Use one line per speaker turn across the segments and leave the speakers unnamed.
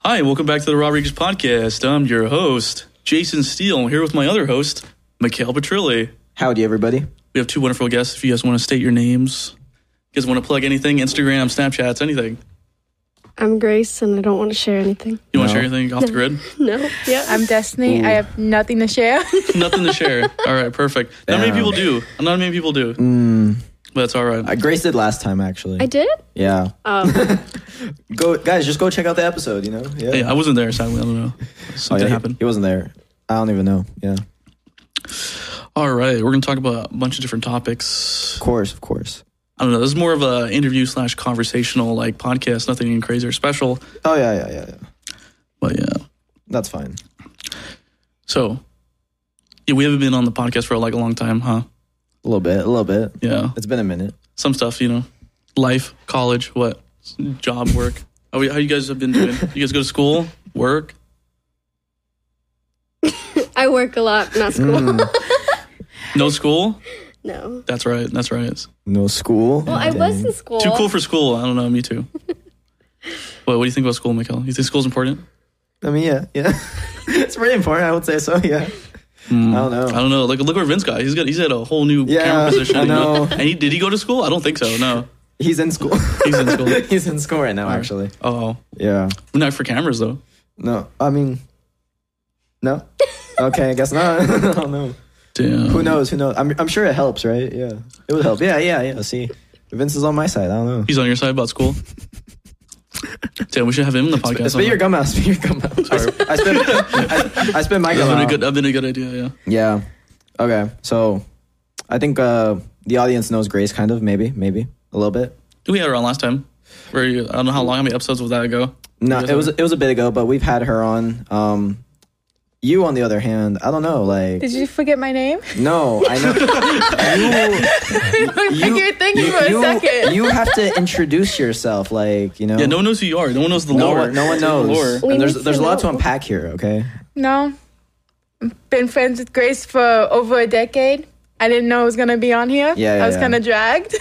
Hi, and welcome back to the Rodriguez Podcast. I'm your host, Jason Steele. I'm here with my other host, Mikhail Petrilli.
Howdy, everybody.
We have two wonderful guests. If you guys want to state your names, you guys want to plug anything, Instagram, Snapchats, anything.
I'm Grace, and I don't want to share anything.
You want
No.
to share anything off the grid?
No.
Yeah, I'm Destiny. I have nothing to share.
Nothing to share. All right, perfect. Not many
Damn.
people
Mm.
do. Not many people do. But that's all right.
I Uh, Grace did last time, actually.
I did?
yeah.
Oh,
Go, guys, just go check out the episode. You know. Yeah.
Hey, uh, I wasn't there, sadly. I don't know.
Oh,
Something
yeah, he-
happened.
He wasn't there. I don't even know. Yeah.
All right, we're going to talk about a bunch of different topics.
Of course, of course.
I don't know. This is more of a interview slash conversational like podcast. Nothing even crazy or special.
Oh yeah, yeah, yeah, yeah.
But yeah.
That's fine.
So, yeah, we haven't been on the podcast for like a long time, huh?
A little bit. A little bit.
Yeah.
It's been a minute.
Some stuff, you know, life, college, what, job, work. How, we, how you guys have been doing? You guys go to school, work?
I work a lot,
Mm.
not school.
No school?
No.
That's right. That's right.
No school.
Well, I was in school.
Too cool for school. I don't know. Me too. What, what do you think about school, Michael? You think school's important?
I mean, yeah, yeah. it's pretty important. I would say so. Yeah. I don't know.
Mm. Hmm. I don't know. Like, look where Vince got. He's got. He's at a whole new
Yeah,
camera position.
I
you
know.
And he did he go to school? I don't think so. No.
He's in school.
He's in school.
He's in school right now, actually.
Oh,
Yeah.
not for cameras though.
No, I mean, no. Okay, I guess not. I don't know.
Damn.
Who knows? Who knows? I'm, I'm sure it helps, right? Yeah, it would help. Yeah, yeah, yeah. See, Vince is on my side. I don't know.
He's on your side about school. Damn, we should have him in the podcast.
Spit your gum out. Spit your gum out. I, sp- I spit. I, I spit my
That'd
gum
been a
out.
good. That'd been a good idea. Yeah.
yeah. Okay. So, I think uh, the audience knows Grace, kind of, maybe, maybe a little bit.
We had her on last time. Where you, I don't know how long, how many episodes was that ago?
No,
You guys
it was
have-
it was a bit ago, but we've had her on. Um, you, on the other hand, I don't know. Like,
Did you forget my name?
no, I know. you,
I kept thinking for
you-
a second.
you have to introduce yourself, like you know.
Yeah. No one knows who you are. No one knows the
no
lore.
one, no one
The
knows. Oh
lore.
We
And there's
need to
there's a lot to
know.
unpack here. Okay.
no. Been friends with Grace for over a decade. I didn't know it was gonna be on here.
Yeah, yeah,
I was
yeah.
kind of dragged.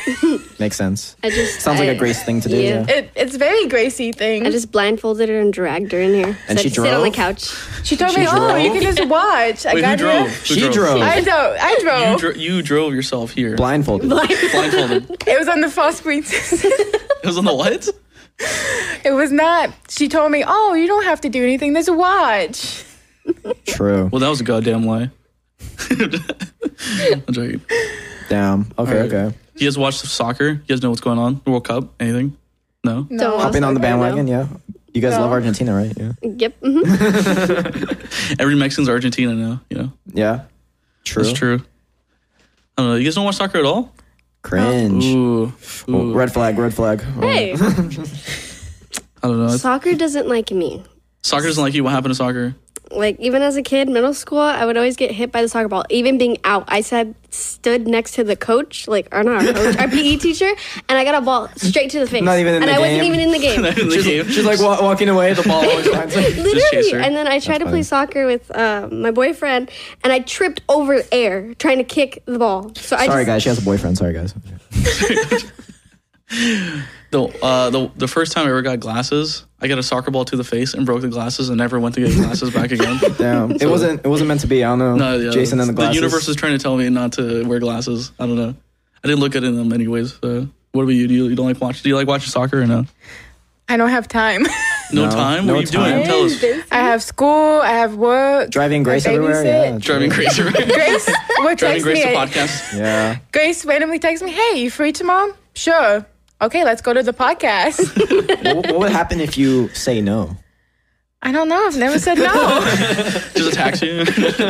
Makes sense.
I just
Sounds like
I-
a Grace thing to do.
Yeah.
Yeah.
it, it's very Gracie thing.
I just blindfolded her and dragged her in here.
And
So
she
I could sit on the
drove?
couch.
she told me,
she
"Oh, you
drove?
can just watch." I
Wait, who
got
drove?
here.
Who
She drove.
I drove. I
You,
drove.
dro- you drove yourself here,
Blindfolded.
blindfolded.
it was on the false pretenses.
it was on the what?
it was not. She told me, "Oh, you don't have to do anything. There's a watch."
True.
Well, that was a goddamn lie. I'm joking.
Damn. Okay.
Alright.
Okay.
You guys watch soccer? You guys know what's going on? World Cup? Anything? No.
No.
Don't
Hopping on the bandwagon. Yeah. You guys
No.
love Argentina, right? Yeah.
Yep. mhm.
Mm.
Every Mexican's Argentina now. You know
Yeah. True.
that's true. I don't know. You guys don't watch soccer at all?
Cringe.
Ooh.
Well,
Ooh.
Red flag. Red flag.
Hey,
I don't know.
soccer doesn't like me.
Soccer doesn't like you. What happened to soccer?
Like even as a kid, middle school, I would always get hit by the soccer ball. Even being out, I said stood next to the coach, like or not our coach, our PE teacher, and I got a ball straight to the face.
Not even in
and
the
I
game?
wasn't even in the game.
In the game.
Oh. She's like wa- walking away. The ball always finds her.
chase
Literally.
her.
And then I tried to play soccer with uh, my boyfriend, and I tripped over air trying to kick the ball. So I
Sorry,
just,
guys. She has a boyfriend. Sorry, guys.
The, uh, the the first time I ever got glasses, I got a soccer ball to the face and broke the glasses and never went to get glasses back again.
Damn. It wasn't. It wasn't meant to be. I don't know.
No, yeah,
Jason and the glasses.
The universe is trying to tell me not to wear glasses. I don't know. I didn't look good in them anyways. So what about you? Do you, you don't like watch? Do you like watching soccer or no?
I don't have time.
No,
No,
time.
no
what are you doing?
time.
Tell us.
I have school. I have work.
driving Grace
I
everywhere.
babysit.
Yeah.
Driving crazy. Right?
Grace
Driving
would text
Grace
me.
to podcast.
Yeah.
Grace randomly texts me, "Hey, you free tomorrow? Sure. Okay, let's go to the podcast."
what, what would happen if you say no?
I don't know. I've never said no.
Just a taxi.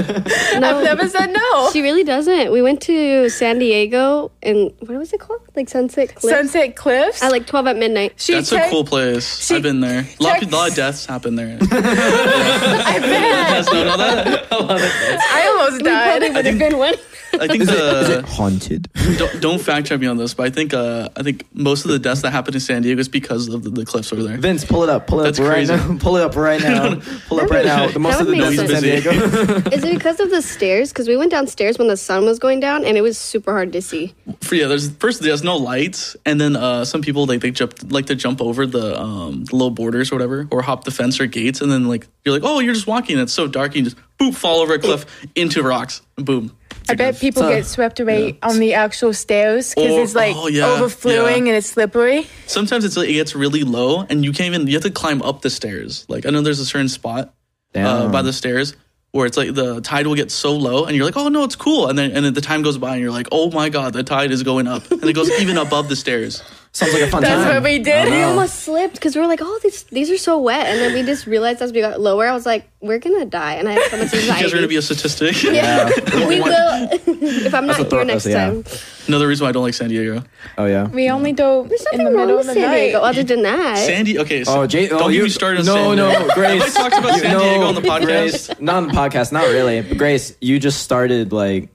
I've never said no.
she really doesn't. We went to San Diego, and what was it called? Like Sunset Cliff?
Sunset Cliffs.
at like 12 at midnight.
she
That's a
text-
cool place. I've been there. A lot, of, lot of deaths happen there. You
I bet.
guys don't know that?
I almost
Probably
died.
would have been one.
I think
Is it,
the
is it haunted?
don't, don't fact check me on this, but I think uh, I think most of the deaths that happened in San Diego is because of the, the cliffs over there.
Vince, pull it up. Pull it
That's
up right
crazy.
now. Pull it up right now. Pull it up right now. The most
That
of
would
the
make
deaths in San
sense. He's busy.
Diego.
Is it because of the stairs? Because we went downstairs when the sun was going down, and it was super hard to see.
For, yeah, there's first there's no lights, and then uh, some people like they jump like to jump over the um, the low borders or whatever, or hop the fence or gates, and then like you're like, oh, you're just walking, and it's so dark, you just boop fall over a cliff into rocks, and boom.
I bet people
So-
get swept away on the actual stairs because
Or-
it's like
oh, yeah,
overflowing
yeah.
and it's slippery.
Sometimes it's like, it gets really low, and you can't even you have to climb up the stairs. Like I know there's a certain spot uh,
Damn.
by the stairs where it's like the tide will get so low and you're like oh no it's cool and then and then the time goes by and you're like oh my god the tide is going up and it goes even above the stairs
Sounds like a fun
That's
time.
what we did.
Oh.
We almost slipped because we were like, "Oh, these these are so wet," and then we just realized as we got lower, I was like, "We're gonna die," and I have so much
you guys are gonna
anxiety.
be a statistic
we will if I'm not here
thought,
next
that's- yeah.
time.
another reason why i don't like san diego
Oh yeah.
We only go
There's nothing
in the
wrong
middle of
with San
the night.
Diego other than that.
san diego okay so
Oh, Jay,
don't
oh,
get
you
me started on
No,
san
no,
diego
Grace.
talked about
You-
San Diego on the podcast?
Grace, not on the podcast, not really. But Grace, you just started like,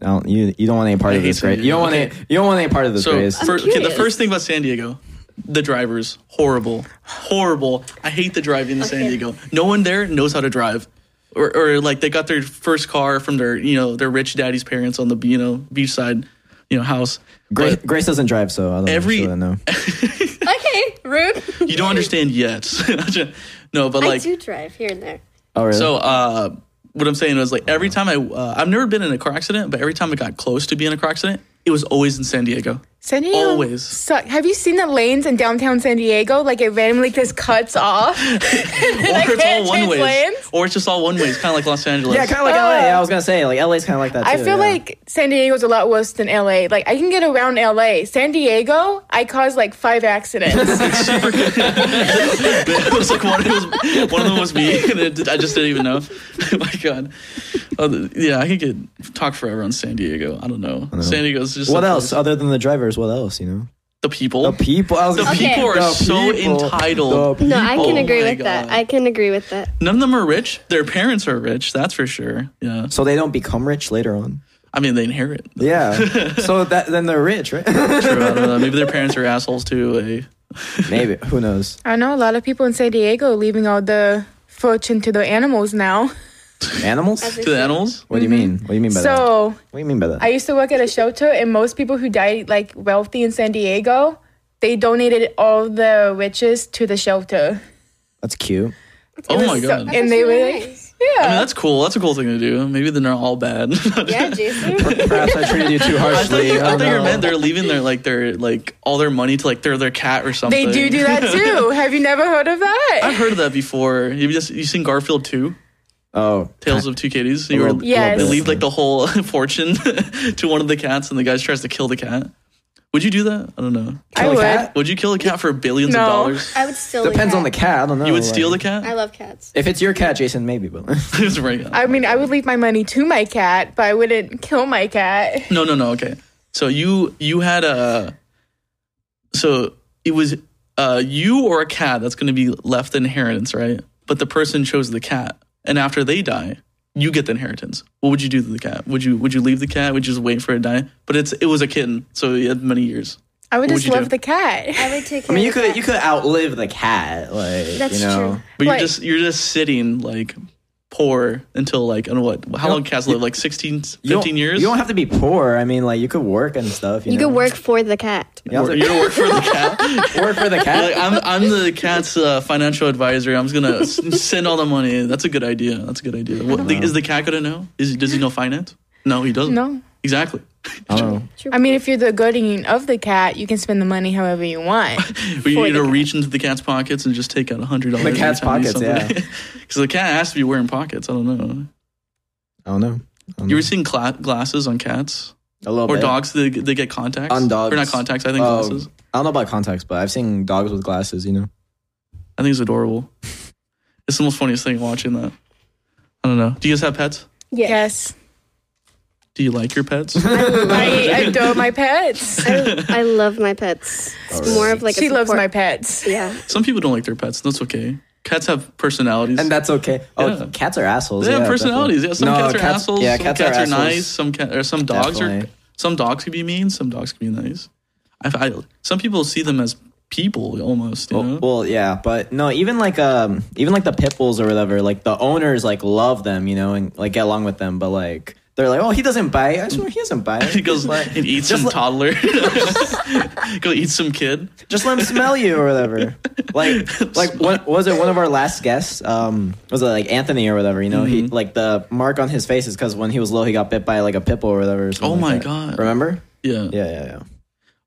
no, you you don't want any part of
hate
this,
San
Grace. You don't want
Diego.
any, you don't want any part of this,
so
Grace.
fir- okay, the
curious.
first thing about san diego the drivers horrible horrible i hate the driving in san diego no one there knows how to drive or, or like they got their first car from their you know their rich daddy's parents on the you know beachside you know house
Grace,
But
Grace doesn't drive, so I don't
Every-
really know.
Okay, rude.
you don't understand yet no but
I
like
do drive here and there.
Oh really?
So uh, what I'm saying was like every time I uh, I've never been in a car accident, but every time I got close to being in a car accident, it was always in San Diego.
San Diego
Always.
suck- Have you seen the lanes in downtown San Diego? Like it randomly just cuts off. and I
Or it's
can't
all one
change
ways.
lanes.
Or it's just all one ways, kind of like Los Angeles.
yeah, kind of like LA. Yeah, I was gonna say like LA's kind of like that. Too,
Oh. I feel
yeah.
like San Diego's a lot worse than LA. Like I can get around LA. San Diego, I caused like five accidents.
It's super good. it was like one, it was, one of them was me, and it, I just didn't even know. my God. Oh, the- yeah, I could get talk forever on San Diego. I don't know. San Diego's just
What
a-
else other than the drivers? What else? You know,
The people.
the people. I was
The
gonna say-
people are
the
so
people.
entitled.
The
No, I
Oh
can agree
my
with that.
God.
I can agree with that.
None of them are rich. Their parents are rich. That's for sure. Yeah.
So they don't become rich later on.
I mean, they inherit.
Yeah. so that then they're rich, right?
True, I don't know. Maybe their parents are assholes too. eh?
Maybe. Who knows?
I know a lot of people in San Diego are leaving all the fortune to the animals now.
Animals?
As we
to the
said.
animals.
What do you mean? What do you
uh,
mean by that?
So
What do you mean by that?
I used to work at a shelter, and most people who died like wealthy in San Diego, they donated all the riches to the shelter.
That's cute.
Oh my
So-
god! I mean,
and they were
really
like,
nice.
yeah.
that's cool. That's a cool thing to do. Maybe they're not all bad.
Yeah, Jason.
Perhaps I treated you too
I thought,
harshly.
you, I
Oh,
thought you
no.
meant they're leaving their like their like all their money to like their their cat or something.
They do do that too. Have you never heard of
I've
that?
heard of that before. You just you seen Garfield two
Oh,
Tales of Two Kitties? You were,
little-
Yes.
they
little
leave like the whole fortune to one of the cats, and the guy tries to kill the cat. Would you do that? I don't know.
I
Like
would.
that?
Would you kill a cat for billions
No.
of dollars?
I would still.
Depends on the cat. I don't know.
You would steal the
like-
cat?
I love cats.
If it's your cat, Jason, maybe. But
It's right.
I mean, I would leave my money to my cat, but I wouldn't kill my cat.
No, no, no. Okay. So you you had a so it was uh you or a cat that's going to be left the inheritance, right? But the person chose the cat, and after they die, you get the inheritance. What would you do to the cat? Would you would you leave the cat? Would you just wait for it to die? But it's it was a kitten, so it had many years.
I would
What
just
would you
love
do?
the cat.
I would take.
I
Care
mean, you
of the
could
cat.
you could outlive the cat. Like
That's
you know.
true.
But
Right.
you're just you're just sitting like poor until like I don't know what how long cats live like 16
You don't-
15 years.
You don't have to be poor. I mean, like you could work and stuff. You,
You
know?
could work for the cat.
You have
Or you
to
don't work for the cat.
work for the
Like,
cat.
I'm I'm the cat's uh, financial advisor. I'm just gonna s- send all the money. That's a good idea. That's a good idea. What, the, is the cat gonna know? Is does he know finance? No, he doesn't.
No.
exactly.
I don't know.
I mean, if you're the guardian of the cat, you can spend the money however you want.
We
For
need
the
to
cat.
reach into the cat's pockets and just take out a hundred dollars.
cat's pockets, yeah.
Because the cat has to be wearing pockets. I don't know.
I don't know. I don't
You
know.
ever seen cla- glasses on cats
Mm. A little
or
bit.
dogs? They, they get contacts.
on dogs
or not contacts. I think
Oh,
glasses.
I don't know about contacts, but I've seen dogs with glasses. You know.
I think it's adorable. it's the most funniest thing watching that. I don't know. Do you guys have pets?
Yeah.
Yes.
Do you like your pets?
I adore my pets.
I, I love my pets. It's more of like a
she loves
support-
my pets.
Yeah.
Some people don't like their pets. That's okay. Cats have personalities.
and that's okay. Oh,
Yeah.
cats are assholes.
they
yeah,
have personalities.
definitely.
Yeah, some
No,
cats are assholes.
Yeah,
some
cats, are, assholes.
nice. Some cat or some dogs
Definitely.
are. Some dogs can be mean. Some dogs can be nice. I, I some people see them as people almost. You know?
Well, well, yeah, but no, even like um, even like the pit bulls or whatever, like the owners like love them, you know, and like get along with them, but like they're like, oh, he doesn't bite. I swear he doesn't bite.
he goes
just let,
and eats some
let-
toddler. Go eat some kid.
just let him smell you or whatever. Like, like what was it? One of our last guests, um, was it like Anthony or whatever? You know, he
Mm-hmm.
like the mark on his face is because when he was little, he got bit by like a pit bull or whatever. Or something
Oh
like
my
that.
God.
Remember?
Yeah.
Yeah, yeah, yeah.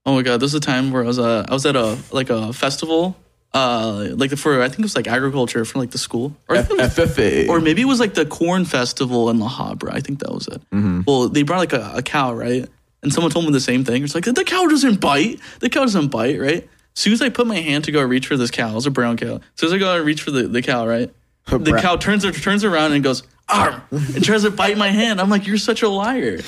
Oh my god, this is a time where I was uh, I was at a like a festival, uh, like for I think it was like agriculture from like the school, or, I think it was-
FFA.
or maybe it was like the corn festival in La Habra. I think that was it. Well, they brought like a, a cow, right? And someone told me the same thing. It's like the cow doesn't bite. The cow doesn't bite, right? As soon as I put my hand to go reach for this cow, it's a brown cow. As soon as I go and reach for the, the cow, right? The
Brown.
cow turns turns around and goes, Arr! and tries to bite my hand. I'm like, you're such a liar,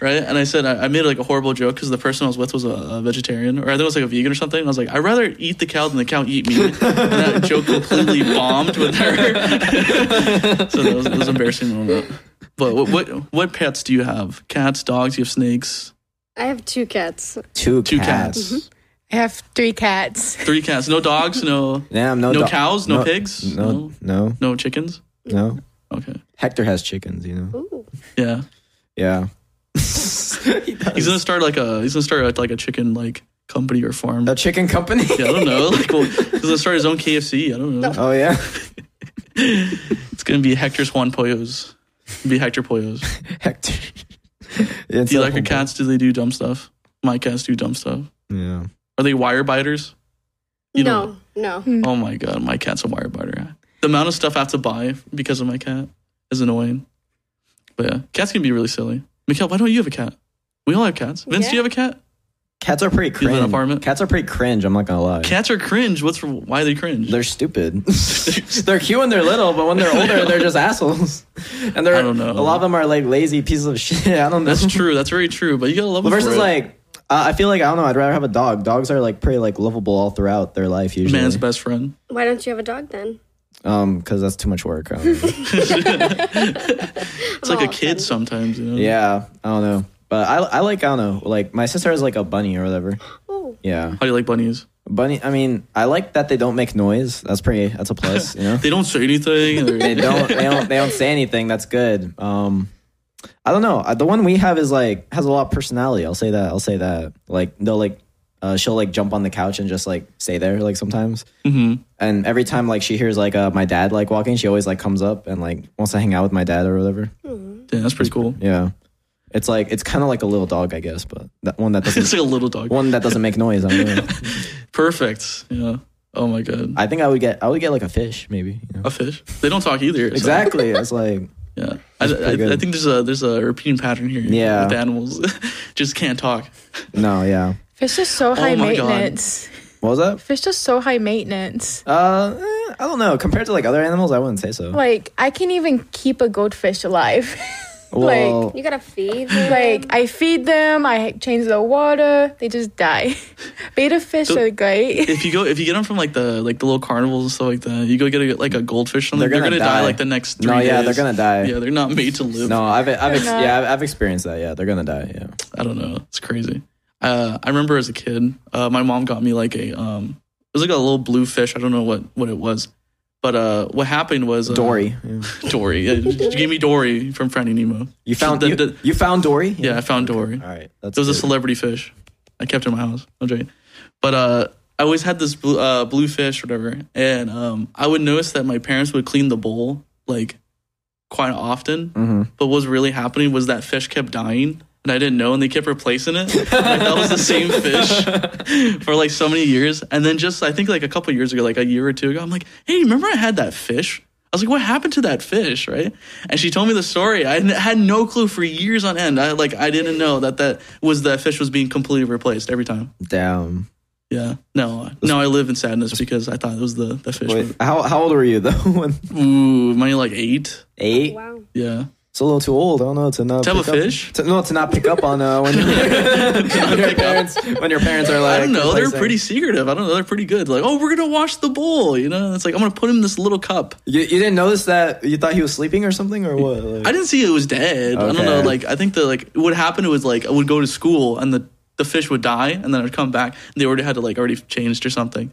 right? And I said, I, I made like a horrible joke because the person I was with was a, a vegetarian, or I think it was like a vegan or something. And I was like, I'd rather eat the cow than the cow eat me. and that joke completely bombed with her. so that was, that was an embarrassing moment. But what, what what pets do you have? Cats, dogs. You have snakes.
I have two cats.
Two,
Two
cats.
cats.
I have three cats.
Three cats. No dogs. No
Damn, no,
No
dog-
cows, no pigs?
no, no,
no chickens.
no.
Okay.
Hector has chickens, you know.
Ooh.
Yeah.
Yeah,
He's gonna start like a he's gonna start like a chicken like company or farm.
a chicken company.
Yeah, I don't know. Like, well, he's gonna start his own KFC. I don't know.
Oh yeah,
It's gonna be Hector's Juan Pollos. It'll be Hector Pollos.
Hector.
Do you like your cats? Do they do dumb stuff? My cats do dumb stuff.
Yeah.
Are they wire biters? You
No, Hmm. no.
Oh my god, my cat's a wire biter. The amount of stuff I have to buy because of my cat is annoying. But yeah, cats can be really silly. Mikhail, why don't you have a cat? We all have cats. Vince, do you have a cat?
Cats are pretty
live in
cringe.
an apartment?
Cats are pretty cringe. I'm not gonna lie.
Cats are cringe. What's for, why are they cringe?
they're stupid. they're cute when they're little, but when they're older, they're just assholes. And they're
I don't know.
a lot of them are like lazy pieces of shit. I don't know.
That's true. That's very true. But you gotta love them for
Versus
it.
like, uh, I feel like I don't know. I'd rather have a dog. Dogs are like pretty like lovable all throughout their life usually.
man's best friend.
Why don't you have a dog then?
Um, because that's too much work. I don't know.
It's like a
Oh,
kid sometimes. You know?
yeah, I don't know. But I, I like I don't know. Like my sister has like a bunny or whatever.
Oh,
Yeah,
How do you like bunnies?
bunny. I mean, I like that they don't make noise. That's pretty. That's a plus. You know.
They don't say anything.
they
They're-
don't they don't they don't say anything that's good um i don't know Uh, the one we have is like has a lot of personality i'll say that i'll say that like they'll like uh, she'll like jump on the couch and just like stay there like sometimes
Mm-hmm.
and every time like she hears like uh, my dad like walking she always like comes up and like wants to hang out with my dad or whatever
yeah, that's pretty cool.
yeah it's like it's kind of like a little dog i guess but that one that
It's
doesn't
like a little dog.
one that doesn't make noise I, don't know.
Perfect. Yeah. Oh my god.
I think i would get i would get like a fish maybe you know?
A fish. They don't talk either. so-
exactly it's like
Yeah. I, I,
pretty
I
good.
think there's a there's a repeating pattern here.
Yeah.
With animals, just can't talk.
no yeah
Fish are so high
Oh my God.
maintenance.
what was that
Fish are so high maintenance.
Uh, eh, I don't know. Compared to like other animals, I wouldn't say so.
Like I can even keep a goldfish alive.
well,
you gotta feed them.
like I feed them, I change the water, they just die. Beta fish
So-
are great.
If you go if you get them from like the like the little carnivals and stuff like that, you go get a, like a goldfish. Something,
They're
they're
gonna
gonna, die.
die.
like the next three.
No, yeah,
days.
they're gonna die.
Yeah, they're not made to live.
no, I've I've ex-
not.
yeah, I've, I've experienced that. Yeah, they're gonna die. Yeah.
I don't know. It's crazy. Uh, I remember as a kid, uh, my mom got me like a um, it was like a little blue fish. I don't know what what it was, but uh, what happened was uh,
Dory, yeah.
Dory. Yeah, you gave me Dory from Finding Nemo.
you found
The-
you,
the-
you found Dory.
yeah, I found Dory.
All right, that's
It was a
good.
celebrity fish. I kept it in my house. No joking. But uh, I always had this blue, uh, blue fish, whatever. And um, I would notice that my parents would clean the bowl like quite often.
Mm-hmm.
But what was really happening was that fish kept dying. And I didn't know, and they kept replacing it. Like, that was the same fish for like so many years. And then just, I think like a couple years ago, like a year or two ago, I'm like, hey, remember I had that fish? I was like, what happened to that fish, right? And she told me the story. I n- had no clue for years on end. I like, I didn't know that that was that fish was being completely replaced every time.
Damn.
Yeah, no, uh, no, I live in sadness because I thought it was the the fish.
Wait, how how old were you though? When
Ooh, am I like eight?
eight.
Oh, wow.
Yeah,
it's a little too old. I don't know to not
To have
pick
a
up-
fish?
to- no, to not pick up on uh, when, you, when your parents when your parents are
I
like.
don't know. They're
complacent.
pretty secretive. I don't know. They're pretty good. Like, oh, we're gonna wash the bowl. You know, it's like I'm gonna put him in this little cup.
You, you didn't notice that you thought he was sleeping or something or what? Like,
I didn't see it was dead. I don't know.
Okay.
Like, I think that like what happened was like I would go to school and the the fish would die and then I'd come back and they already had to like already changed or something.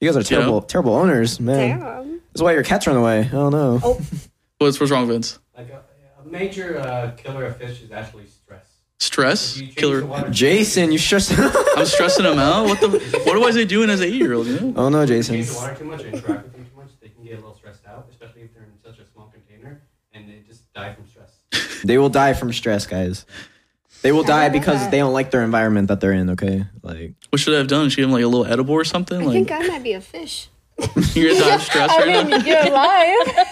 you guys are terrible, terrible owners, man.
Damn. Oh.
That's why your cats run away. I don't know.
What's what's wrong, Vince?
Like a, a major uh, killer of fish is actually stress. If
Stress,
you change the
killer.
water-
Jason, you sure?
I'm stressing him out. What the? What was I doing as an eight year old? You know?
oh no,
if you
Jason.
change the water too much or interact with them too much, they can get a little stressed out, especially if they're in such a small container and they just die from stress.
They will die from stress, guys. They will die because they don't like their environment that they're in. Okay, like
What should I have done? Should I have like a little edible or something?
I
like
think I might be a fish.
you're gonna die of stress right
I
now.
mean, you're alive.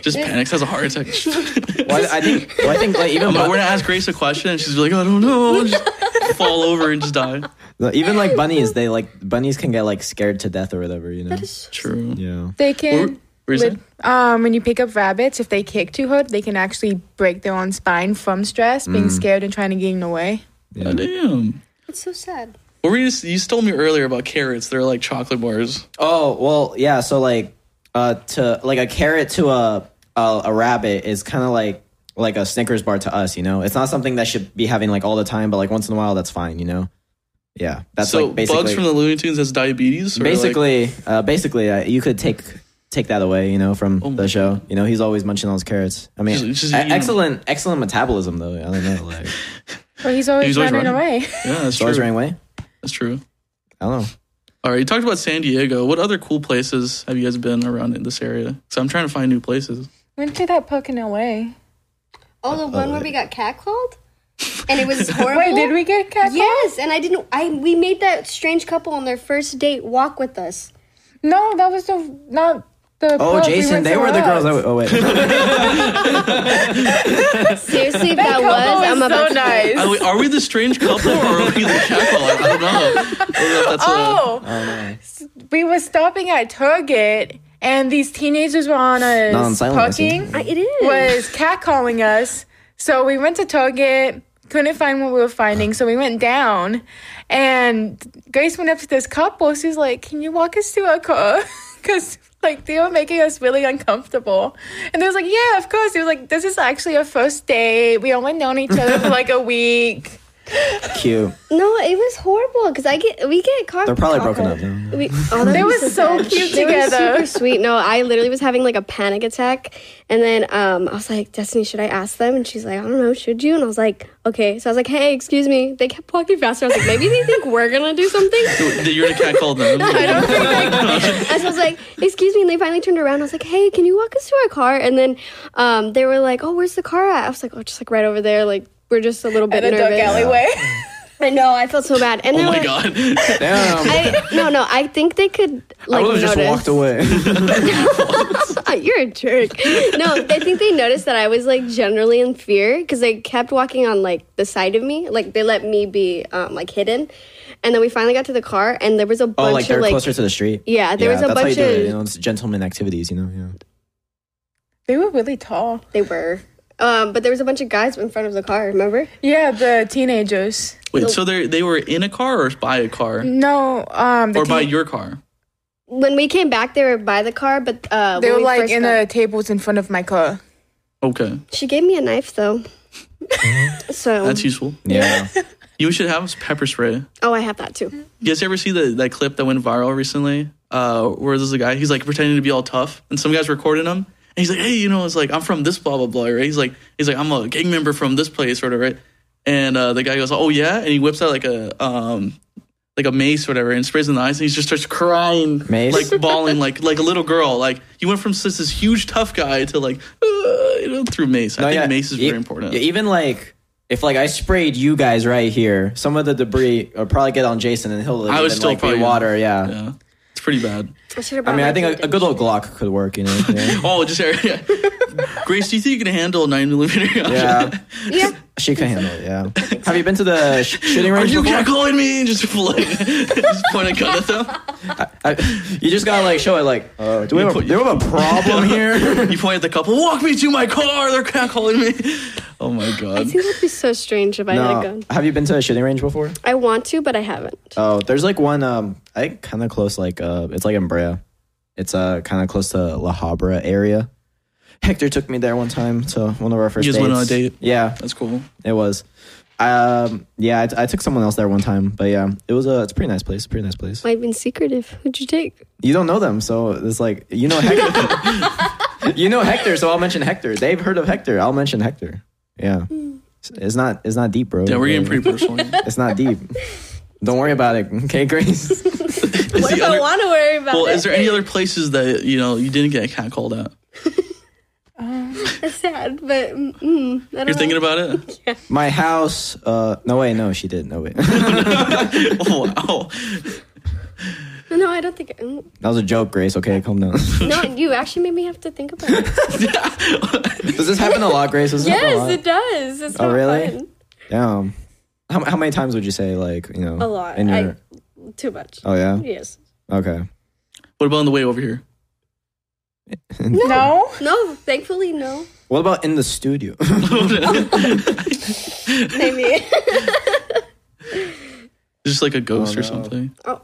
Just panics, has a heart attack.
well, I think well, I think like even
I'm like, we're gonna ask Grace a question and she's like, I don't know. I'll just fall over and just die.
bu- even like bunnies, they like bunnies can get like scared to death or whatever. You know.
True.
Yeah.
They
What
can.
were you saying?
With- um, when you pick up rabbits, if they kick too hard, they can actually break their own spine from stress,
Mm.
being scared and trying to gain away.
Oh, damn.
It's so sad.
What were you, you told me earlier about carrots? They're like chocolate bars.
Oh well, yeah. So like, uh, to like a carrot to a a, a rabbit is kind of like like a Snickers bar to us. You know, it's not something that should be having like all the time, but like once in a while, that's fine. You know. Yeah, that's
so
like basically
Bugs from the Looney Tunes has diabetes. or, like-
basically uh, basically uh, you could take take that away you know from
Oh my
the show you know he's always munching on his carrots i mean
Just- just
e-
eating them.
excellent excellent metabolism though i don't know like
Well, he's always,
He's always
running,
running.
away.
yeah, that's
so I was
true.
running away
That's true.
i don't know
All right, you talked about San Diego. What other cool places have you guys been around in this area? So I'm trying to find new places.
Went to that puck in LA.
Oh, the one where we got catcalled, and it was horrible.
Wait, did we get cat?
Yes, and I didn't. I we made that strange couple on their first date walk with us.
No, that was the not the.
oh
puck. We
jason
went
they were the
somewhere
girls I,
else.
oh wait i
Seriously, if that
That
was.
couple was
I'm about
so
to cry.
Are we, are we the strange couple or are we the couple? I don't know. I don't know if that's a-
Oh,
don't know
we were stopping at Target, and these teenagers were on
Not on
us
silent, I see.
pucking.
I- It is.
was catcalling us. So we went to Target, couldn't find what we were finding, so we went down. And Grace went up to this couple. She's like, "Can you walk us to our car?" Because like they were making us really uncomfortable. And they was like, "Yeah, of course." He was like, "This is actually our first date. We only known each other for like a week."
cute
no, it was horrible because I get we get caught.
they're probably broken up
caught-
though.
We, oh, that
They
was
were so cute
They were super
together.
sweet. No, I literally was having like a panic attack, and then um, I was like, "Destiny, should I ask them?" And she's like, "I don't know, should you?" And I was like, "Okay." So I was like, "Hey, excuse me." They kept walking faster. I was like, "Maybe they think we're gonna do something."
that You're the cat called them.
I don't think like, I was like, excuse me, and they finally turned around. I was like, hey, can you walk us to our car? And then um, they were like, oh, where's the car at? I was like, oh, just like right over there. Like we're just a little bit
The dark
nervous.
alleyway.
I know. I felt so bad. And
Oh
then
my god.
damn
I, no, no. I think they could
i
like
would have
notice.
just walked away
You're a jerk. No, I think they noticed that I was like generally in fear because they kept walking on like the side of me. Like they let me be um, like hidden. And then we finally got to the car, and there was a bunch
oh like
of
they're
like
closer to the street
yeah, there was a
that's how you
bunch
do
of
it, you know it's gentleman activities you know yeah
they were really tall.
They were. Um, but there was a bunch of guys in front of the car, remember?
Yeah, the teenagers.
Wait, so they they were in a car or by a car?
No, um, the
Or by
teen-
your car?
When we came back, they were by the car, but uh,
they
when
were
we
like
first
in
got-
the tables in front of my car.
Okay.
She gave me a knife, though.
Mm-hmm.
so,
That's useful.
yeah
You should have pepper spray.
oh, I have that too.
You guys ever see the, that clip that went viral recently? Uh, where there's a guy, he's like pretending to be all tough, and some guy's recording him, and he's like, "Hey, you know, it's like I'm from this blah blah blah." Right? He's like, he's like, I'm a gang member from this place, sort of, right? And uh, the guy goes, "Oh yeah," and he whips out like a um, like a mace, or whatever, and sprays in the eyes, and he just starts crying,
Mace?
like bawling, like like a little girl. Like he went from this, this huge tough guy to like uh, you know through mace. I
No,
think
yeah.
mace is
E-
very important.
yeah, even like if like I sprayed you guys right here, some of the debris will probably get on Jason and he'll like,
I was
even,
still
like, be
probably-
water. Yeah.
yeah, it's pretty bad.
I should have
I mean, I think a, a good old Glock could work. You know. Yeah.
Oh, just yeah. Grace, do you think you can handle a nine millimeter?
Yeah,
Yeah.
she can handle it. Yeah. Have you been to the sh- shooting
Are
range?
you
before?
catcalling me? Just like, just point a gun at them.
I- you just gotta like show it. Like, uh, do we have, a,
put-
do we have a problem here?
You point at the couple. Walk me to my car. They're catcalling me. Oh my
I
god.
think that'd be so strange if I had a
no.
gun.
Have you been to a shooting range before?
I want to, but I haven't.
Oh, there's like one. Um, I think kind of close. Like, uh, it's like in Brea. It's uh kind of close to La Habra area. Hector took me there one time to one of our first.
just
dates.
went on a date?
Yeah,
That's cool.
it was. Um, yeah, I, I took someone else there one time, but yeah, it was a. It's a pretty nice place. Pretty nice place.
Might have been secretive. Who'd you take?
You don't know them, so it's like you know Hector. you know Hector, so I'll mention Hector. They've heard of Hector. I'll mention Hector. Yeah, it's not. It's not deep, bro.
Yeah, we're getting pretty personal. here.
It's not deep. Don't worry about it, okay, Grace.
Is
What
the
if I
other-
want to worry about
well,
it?
is there any other places that you know you didn't get catcalled at?
That's sad, but mm, mm, I don't
You're thinking
know.
about it?
My house. Uh, no way. No, she did. No way. that
Oh, wow.
No, I don't think. mm.
was a joke, Grace. Okay, calm down.
No, you actually made me have to think about it.
Does this happen a lot, Grace? Does this happen a
yes,
lot?
it does. It's
Oh,
not
really?
fun.
Damn. How, how many times would you say like you know
A lot.
in your-
I, too much.
oh yeah.
Yes.
Okay.
What about on the way over here?
No.
No, thankfully, no.
What about in the studio?
Oh,
Maybe.
Just like a ghost
Oh, no.
or something.
oh,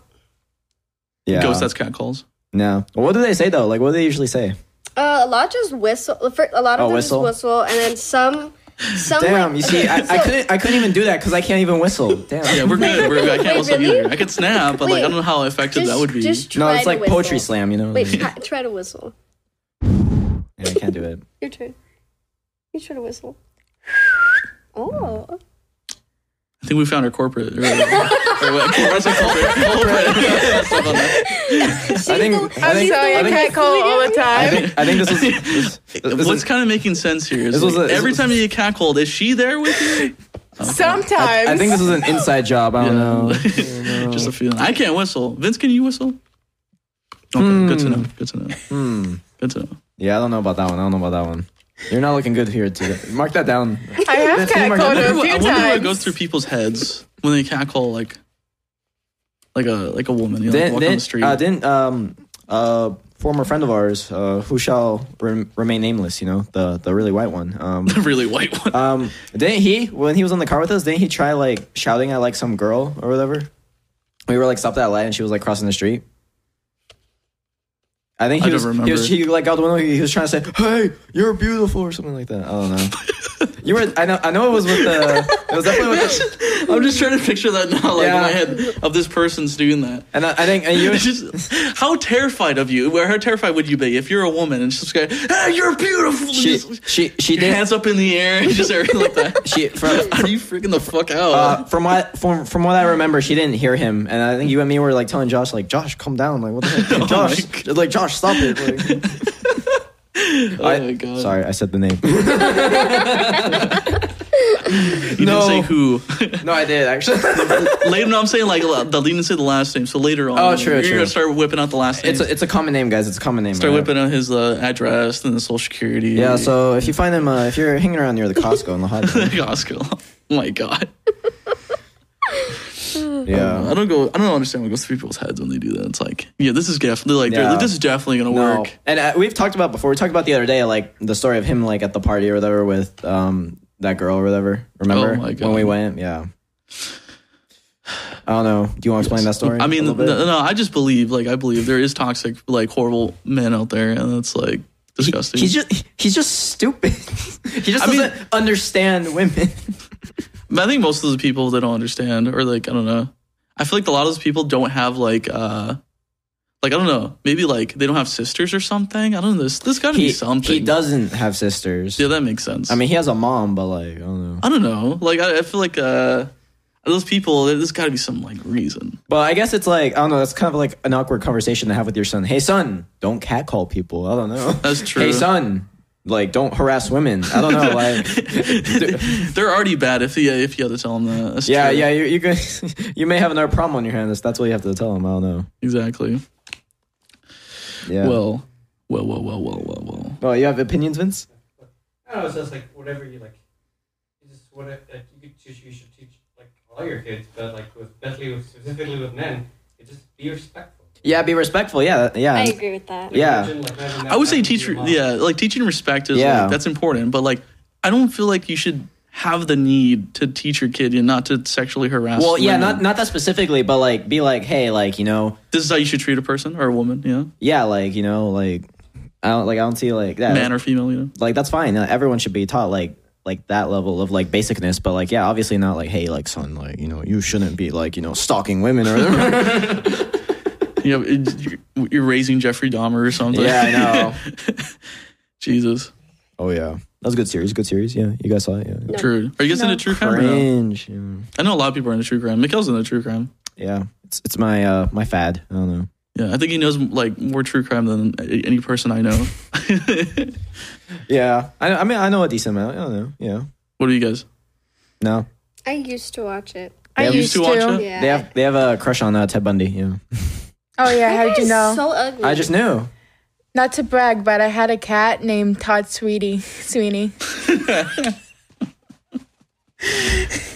yeah.
Ghost that's catcalls.
no. What do they say though? Like what do they usually say?
uh, a lot just whistle. For, a lot of
Oh,
them
whistle?
just whistle, and then some. Some
Damn.
like-
You see, I, I
Oh so-
couldn't. I couldn't even do that because I can't even whistle. Damn.
Yeah, we're good. We're good. I can't
Wait,
listen
really?
either. I could snap, but like I don't know how effective that would be.
Just
no,
try
it's
to
like poetry
whistle.
slam. You know.
Wait,
yeah,
try, try to whistle.
I can't do it.
Your turn. You try to whistle. Oh,
I think we found our corporate. Or, or what- what's it called? Corporate. Stuck on that.
I think. I
I'm
think.
sorry, I
I think,
can't call all the
I
time.
think, I think this is. This, this is-
What's kind of making sense here is
This was
like,
a- this
every
was-
time you get catcalled, is she there with you?
Sometimes.
I think this is an inside job. I don't know.
Just a feeling. I can't whistle. Vince, can you whistle? Okay,
Hmm.
good to know. Good to know. Good to know.
Yeah, I don't know about that one. I don't know about that one. You're not looking good here today. Mark that down.
I have
That's teamwork.
catcalled
I wonder,
her a
what, I
few
wonder what
times.
goes through people's heads when they catcall like like a like a woman. You know, like
Then,
walk on
then,
the street.
uh, then um, uh, former friend of ours, uh, who shall rem- remain nameless, you know, the the really white one. Um,
really white one.
um, didn't he when he was on the car with us? Didn't he try like shouting at like some girl or whatever? We were like stopped at a light and she was like crossing the street. I think
I
he
don't
was, he was
remember.
he like out the window. He he was trying to say, "Hey, you're beautiful" or something like that. I don't know. you were I know I know it was with the it was definitely with the,
I'm just trying to picture that now, like
Yeah.
in my head of this person's doing that.
and I, I think and you
It's just how terrified of you? Where how terrified would you be if you're a woman and she's like, "Hey, you're beautiful."
she
just,
she she
your
did
hands up in the air, and just everything like that.
she from
How do you freaking the fuck out?
uh, from what from from what I remember, she didn't hear him, and I think you and me were like telling Josh, like Josh, calm down, like what the heck, Josh, like Josh, stop it. Like,
oh
I-
my god!
Sorry, I said the name.
you didn't
no.
say who.
No, I did actually.
later, no, I'm saying like la- the didn't say the last name. So later on,
Oh, true,
you're
true.
gonna start whipping out the last name.
it's a, it's a common name, guys. It's a common name.
start
right?
whipping out his uh, address and the social security.
Yeah. So if you find him, uh, if you're hanging around near the Costco in La Habra,
Costco. Oh my god! I
yeah.
don't go. I don't understand what goes through people's heads when they do that. It's like, yeah, this is def- they're like,
Yeah.
they're, this is definitely gonna
No.
work.
And uh, we've talked about before. We talked about the other day, like the story of him, like at the party or whatever with um that girl or whatever. Remember
Oh my God.
when we went? Yeah. I don't know. Do you want to explain that story?
I
a
mean,
little
no,
bit?
no, I just believe, like, I believe there is toxic, like, horrible men out there, and it's like
He-
disgusting.
he's just he's just stupid. he
I
just
mean-
doesn't understand women.
I think most of those people they don't understand, or like, I don't know. I feel like a lot of those people don't have like, uh like, I don't know, maybe like they don't have sisters or something. I don't know. This this got to
He,
be something.
he doesn't have sisters.
Yeah, that makes sense.
I mean, he has a mom, but like I don't know.
I don't know. Like, I, I feel like uh those people. There's got to be some like reason.
Well, I guess it's like I don't know. That's kind of like an awkward conversation to have with your son. Hey, son, don't catcall people. I don't know.
That's true.
Hey, son, like don't harass women. I don't know. Like,
They're already bad if you if you have to tell them that. That's
yeah,
true.
yeah, you you, could, you may have another problem on your hands. That's what you have to tell them. I don't know.
exactly.
Yeah.
Well, well, well, well, well, well, well.
oh, you have opinions, Vince?
I don't know. It's just like whatever you like. It's just what like you could teach. You should teach like all your kids, but like with especially with, specifically with men, it just be respectful.
Yeah, be respectful. Yeah, that- yeah.
I agree with that.
Like,
Yeah.
imagine, like, having that
I would say
happen to
teach,
your mom.
yeah, like teaching respect is
Yeah.
like, that's important, but like I don't feel like you should have the need to teach your kid and not to sexually harass.
Well, yeah,
women.
not not that specifically, but like be like, hey, like you know,
this is how you should treat a person or a woman, you know,
yeah, like you know, like I don't like I don't see like that.
man or female, you know.
like that's fine. Uh, Everyone should be taught like like that level of like basicness, but like yeah, obviously not like hey, like son, like you know, you shouldn't be like you know stalking women or whatever.
You know, it- you're- you're raising Jeffrey Dahmer or something.
yeah, I know.
Jesus,
Oh yeah, that was a good series. Good series. Yeah, you guys saw it. Yeah.
true. Are you guys into true crime? Or no?
Cringe. Yeah.
I know a lot of people are into true crime. Mikkel's into true crime.
Yeah. It's it's my uh my fad. I don't know.
Yeah, I think he knows like more true crime than a- any person I know.
Yeah. I I mean I know a decent amount. I don't know. Yeah.
what are you guys?
No.
I used to watch it.
I
Yeah, we used
used
to
to.
watch it.
Yeah.
They have they have a crush on uh, Ted Bundy. Yeah.
Oh yeah, how
That
did you
guy's
know?
So ugly.
I just knew.
Not to brag, but I had a cat named Todd Sweetie. Sweeney.
I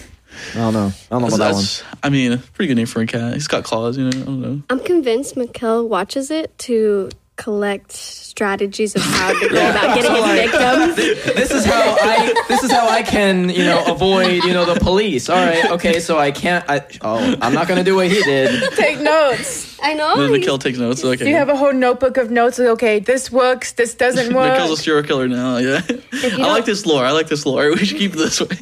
don't know. I don't know about that one.
That's- I mean, pretty good name for a cat. He's got claws, you know. I don't know.
I'm convinced Mikkel watches it to collect strategies of how to go about getting his victims.
this is how I this is how I can you know avoid you know the police. All right, okay, so I can't. I, oh, I'm not gonna do what he did.
Take notes.
I know.
Then
he's-
Mikkel takes notes. Okay.
You have a whole notebook of notes. Like, okay, this works. This doesn't
Mikkel's a
work.
serial killer now. Yeah.
you
I like
don't-
this lore. I like this lore. We should keep it this way.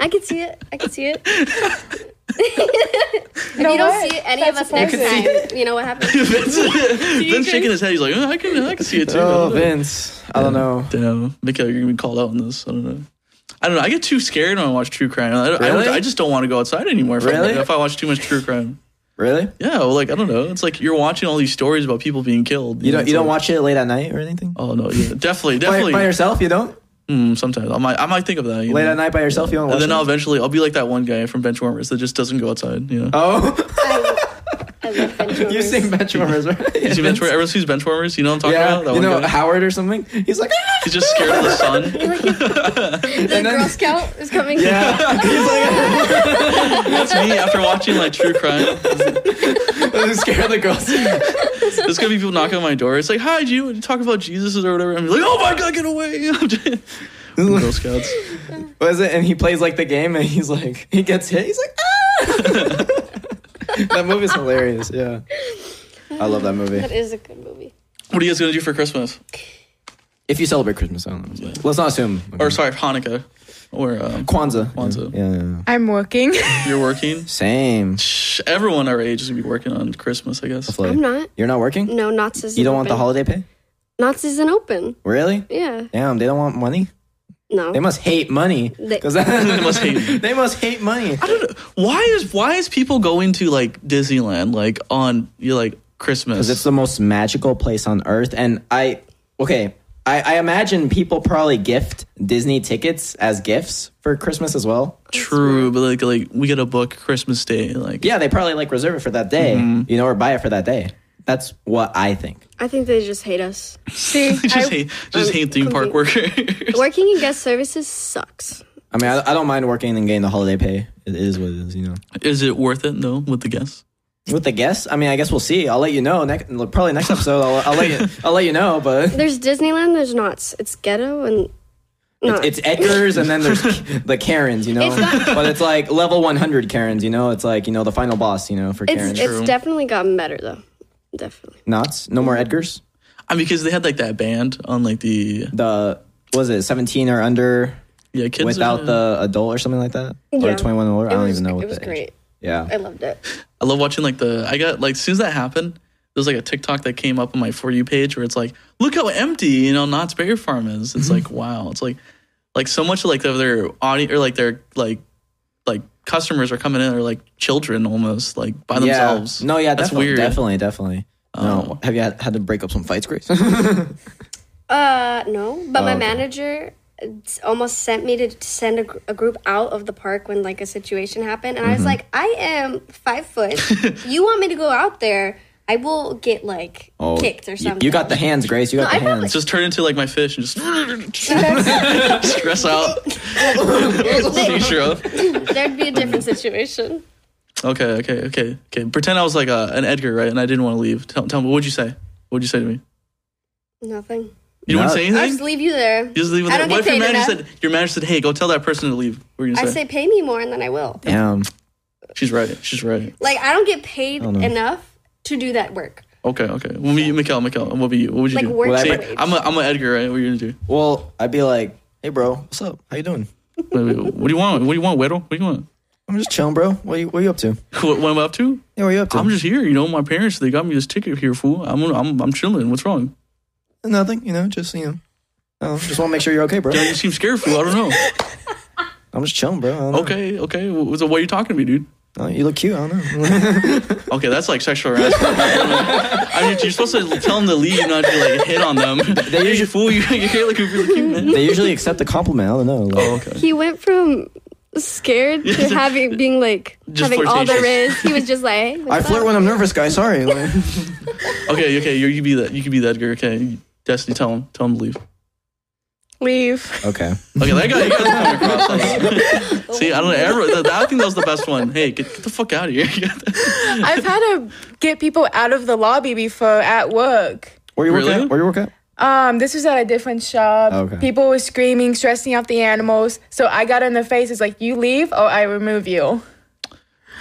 I can see it. I can see it. if
know
you don't
what?
see it, any
That's
of us next
surprising.
time, you know what happens.
Vince, Vince shaking his head. He's like, "Oh, I can, I can see it too. I don't
Oh,
know."
Vince. I don't know.
Damn, Mikhail, you're gonna be called out on this. I don't know. I don't know. I get too scared when I watch true crime. I, don't- I, don't,
Really?
I just don't want to go outside anymore. frankly,
Really?
If I watch too much true crime,
Really?
yeah. Well, like I don't know. It's like you're watching all these stories about people being killed.
You don't
It's
you don't
like-
watch it late at night or anything?
Oh no, yeah, definitely,
By,
definitely.
by yourself? You don't?
Mm, sometimes I might, I might think of that. You
Late
know?
at night by yourself? You don't watch?
And then
it?
I'll eventually, I'll be like that one guy from Benchwarmers that just doesn't go outside. You know,
Oh,
I love Benchwarmers.
you sing benchwarmers, right?
You see Benchwar- everyone sees Benchwarmers. You know what I'm talking
Yeah,
about? That
you
one
know
guy.
Howard or something. He's like, "Ah!"
He's just scared of the sun.
The
and then-
Girl Scout is coming.
yeah,
That's me after watching like true crime.
I'm scared of the girls.
There's gonna be people knocking on my door. It's like, hi, do you want to talk about Jesus or whatever? I'm like, oh my god, get away! I'm just- Girl Scouts.
What is it? And he plays like the game, and he's like, he gets hit. He's like, ah! that movie's hilarious. Yeah, I love that movie.
That is a good movie.
What are you guys gonna do for Christmas?
If you celebrate Christmas, I don't know. Let's not assume.
Or sorry, Hanukkah. Or um,
Kwanzaa.
Kwanzaa.
Yeah, yeah, yeah.
I'm working.
you're working.
Same.
Shh, Everyone our age is gonna be working on Christmas, I guess.
Like,
I'm not. Mm,
You're not working.
No, Knots isn't.
you don't want the
open.
holiday pay?
Knots isn't open.
Really?
Yeah.
Damn, they don't want money.
No.
They must hate money.
They-
'Cause they
must hate-
They must hate money.
I don't know. Why is why is people going to like Disneyland like on you like Christmas?
because it's the most magical place on earth. And I, okay, I, I imagine people probably gift Disney tickets as gifts for Christmas as well.
true, but like like we gotta book Christmas Day. Like
Yeah, they probably like reserve it for that day, you know, or buy it for that day. That's what I think.
I think they just hate us.
See,
just
I,
hate just hate theme park workers.
Working in guest services sucks.
I mean, I, I don't mind working and getting the holiday pay. It is what it is, you know.
is it worth it though with the guests?
With the guests, I mean, I guess we'll see. I'll let you know next, probably next episode. I'll, I'll let you, I'll let you know. But
There's Disneyland. There's Knots. It's ghetto and Knots.
it's Edgar's, and then there's the Karens, you know.
It's not-
but it's like level 100 Karens, you know. It's like you know the final boss, you know, for
it's,
Karens.
it's definitely gotten better though. Definitely.
Knots, no more Edgar's.
I mean, because they had like that band on like the
the was it 17 or under
yeah kids
without the adult or something like that or
Yeah.
21 or older i
It
don't
was-
even know
It
what
was
the age-
great. I
yeah
loved it.
I love watching like the I got like as soon as that happened, there was like a TikTok that came up on my for you page where it's like, look how empty you know Knott's Berry Farm is. It's
Mm-hmm.
like wow, it's like like so much like of their audience or like their like like customers are coming in are like children almost like by themselves.
yeah. no yeah
that's
definitely,
weird. Um,
definitely definitely no have you had, had to break up some fights grace
Uh, no. But my
okay.
manager s- almost sent me to send a, gr- a group out of the park when like a situation happened, and I was like, I am five foot. you want me to go out there? I will get like kicked or
Oh, you-
something.
You, got the hands, Grace. You got
No,
the
I probably-
hands.
Just turn into like my fish and just stress out. Seizure up.
There'd be a different situation.
Okay, okay, okay, okay. Pretend I was like uh an Edgar, right? And I didn't want to leave. Tell, tell me, what'd you say? What'd you say to me?
Nothing.
You don't
No.
want to say
I'll just
anything?
leave you there.
You just leave it
I
there.
don't get
What if your
paid
manager
enough.
said, your manager said, hey, go tell that person to leave? What are you
I
going to say?
say pay me more and then I will.
Damn.
She's right. She's right.
Like I don't get paid
know.
enough to do that work.
Okay, okay. Well, me, Mikhail, Mikhail, what would you, what would you
Like
do?
work
Well, I-
Say,
wage.
I'm a, I'm a Edgar, right? What are you going to do?
Well, I'd be like, hey, bro, what's up? How you doing?
What, what- what do you want? What do you want, Weddle? What do you want?
I'm just chilling, bro. What you, what you up to?
What, what am I up to?
Yeah, what you up to?
I'm just here. You know, my parents, they got me this ticket here, fool. I'm, I'm, I'm chilling. What's wrong?
Nothing, you know, just, you know. Oh, just want to make sure you're okay, bro.
You seem scared, fool. I don't know.
I'm just chilling, bro. I don't know.
Okay, okay. Wh- So why are you talking to me, dude?
Oh, you look cute. I don't know.
Okay, that's like sexual harassment. I mean, you're supposed to tell them to leave, not to like hit on them. They usually fool you. You're here like a really cute man.
they usually accept the compliment. I don't know. Like,
okay.
He went from scared to having being like
Just
having all there
flirtatious.
is. He was just like, hey,
I
what's
flirt
up?
when I'm nervous, guys. Sorry. Like,
Okay, okay. You're, you could be that. You could be that girl. Okay, Destiny, tell him. Tell him to leave.
Leave.
okay.
Okay, that guy. You got the point across. See, I don't know. Ever, that, that- I think that was the best one. Hey, get, get the fuck out of here.
I've had to get people out of the lobby before at work.
Where you work
Really?
at? Where you work at?
Um, this was at a different shop.
Okay.
People were screaming, stressing out the animals. So I got in the face. It's like, you leave or I remove you.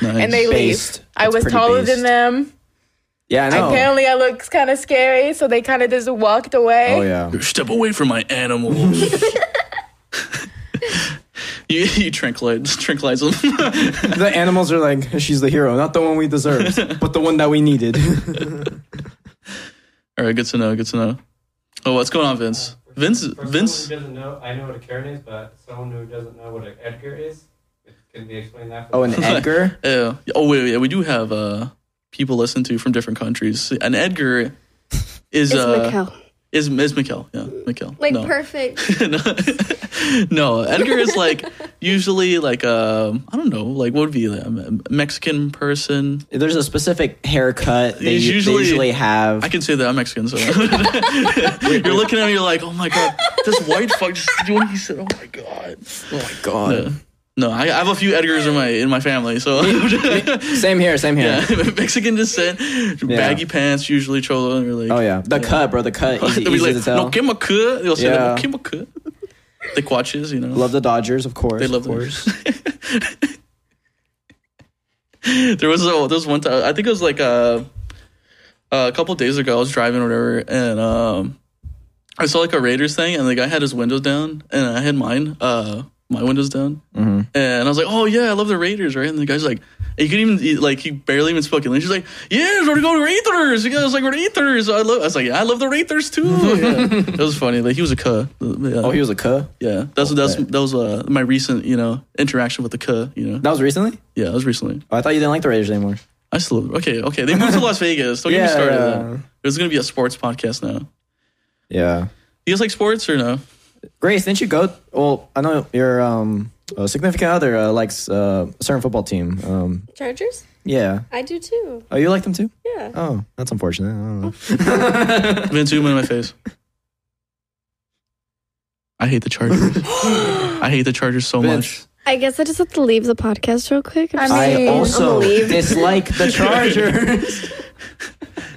nice.
And they
Based.
leave. I
That's
was
pretty
taller
based. Oh.
than them.
Yeah, I know.
Apparently, I looked kind of scary. So they kind of just walked away.
Oh, yeah.
Step away from my animals. you you tranquilize tranquilize them.
The animals are like, she's the hero. Not the one we deserved, but the one that we needed.
All right, good to know. Good to know. Oh, what's going on, Vince? Vince,
For
Vince.
Someone who doesn't know, I know what a Karen is, but someone who doesn't know what an Edgar is, it can be explained that.
oh, and Edgar?
Yeah. Oh wait, wait, we do have uh, people listen to from different countries. And Edgar is
It's
uh
Mikkel.
is is Mikkel. Yeah, Mikkel.
Like
no.
perfect.
no. no, Edgar is like usually like um I don't know like what would be a Me- Mexican person.
There's a specific haircut they,
It's
u- they
usually-
usually, have.
I can say that I'm Mexican. So you're looking at me, you're like, oh my god, this white fuck just did what he said. Oh my god. Uh,
oh my god.
No, I, I have a few Edgars in my in my family, so
Same here. Same here.
yeah, Mexican descent, baggy pants, usually cholo, and you're like,
Oh yeah, the cut, bro. The cut. Easy,
They'll be
easy
like,
to tell.
no, que me cu-" They'll say, no,
Yeah.
que me cu-" They quatches, you know.
love the Dodgers, of course.
they love them.
of course.
there was oh, there was one time I think it was like a a couple days ago. I was driving or whatever, and um, I saw like a Raiders thing, and the guy had his windows down, and I had mine, uh, my windows down,
Mm-hmm.
and I was like, oh yeah, I love the Raiders, right? And the guy's like, he couldn't even he- like he barely even spoke English. He's like, yeah, we're going Raiders. You guys like we're Raiders. I love. I was like, yeah, I love the Raiders too. Yeah. it was funny. Like he was a cuh. Yeah.
Oh, he was a cut.
yeah. That's that's that was uh, my recent you know interaction with the cuh. You know,
That was recently.
yeah, that was recently.
Oh, I thought you didn't like the Raiders anymore.
I still okay. Okay, they moved to Las Vegas. Don't get me
Yeah,
started.
yeah.
then. There's gonna be a sports podcast now.
Yeah.
You guys like sports or no?
Grace, didn't you go? Well, I know your um uh, significant other uh, likes uh, a certain football team. Um,
Chargers?
yeah.
I do too.
Oh, you like them too?
Yeah.
Oh, that's unfortunate. I don't know.
Vince Zoom in my face. I hate the Chargers. I hate the Chargers so much.
Vince,
I guess I just have to leave the podcast real quick. I'm
I
just
mean-
I
kidding.
also
I'm gonna leave.
dislike the Chargers.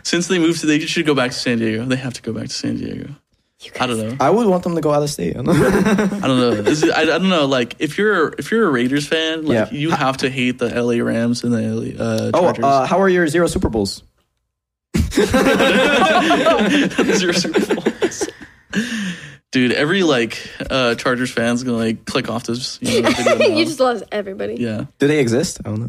Since they moved to, they should go back to San Diego. They have to go back to San Diego. I don't know.
I would want them to go out of state. I don't know.
I don't know. This is- I, I don't know. Like if you're if you're a Raiders fan, like
Yeah.
you have to hate the LA Rams and the LA uh,
oh,
Chargers.
uh, how are your zero Super Bowls?
Zero Super Bowls. Dude, every like uh Chargers fan's gonna like click off this. You know, video now.
you just lost everybody.
yeah.
Do they exist? I don't know.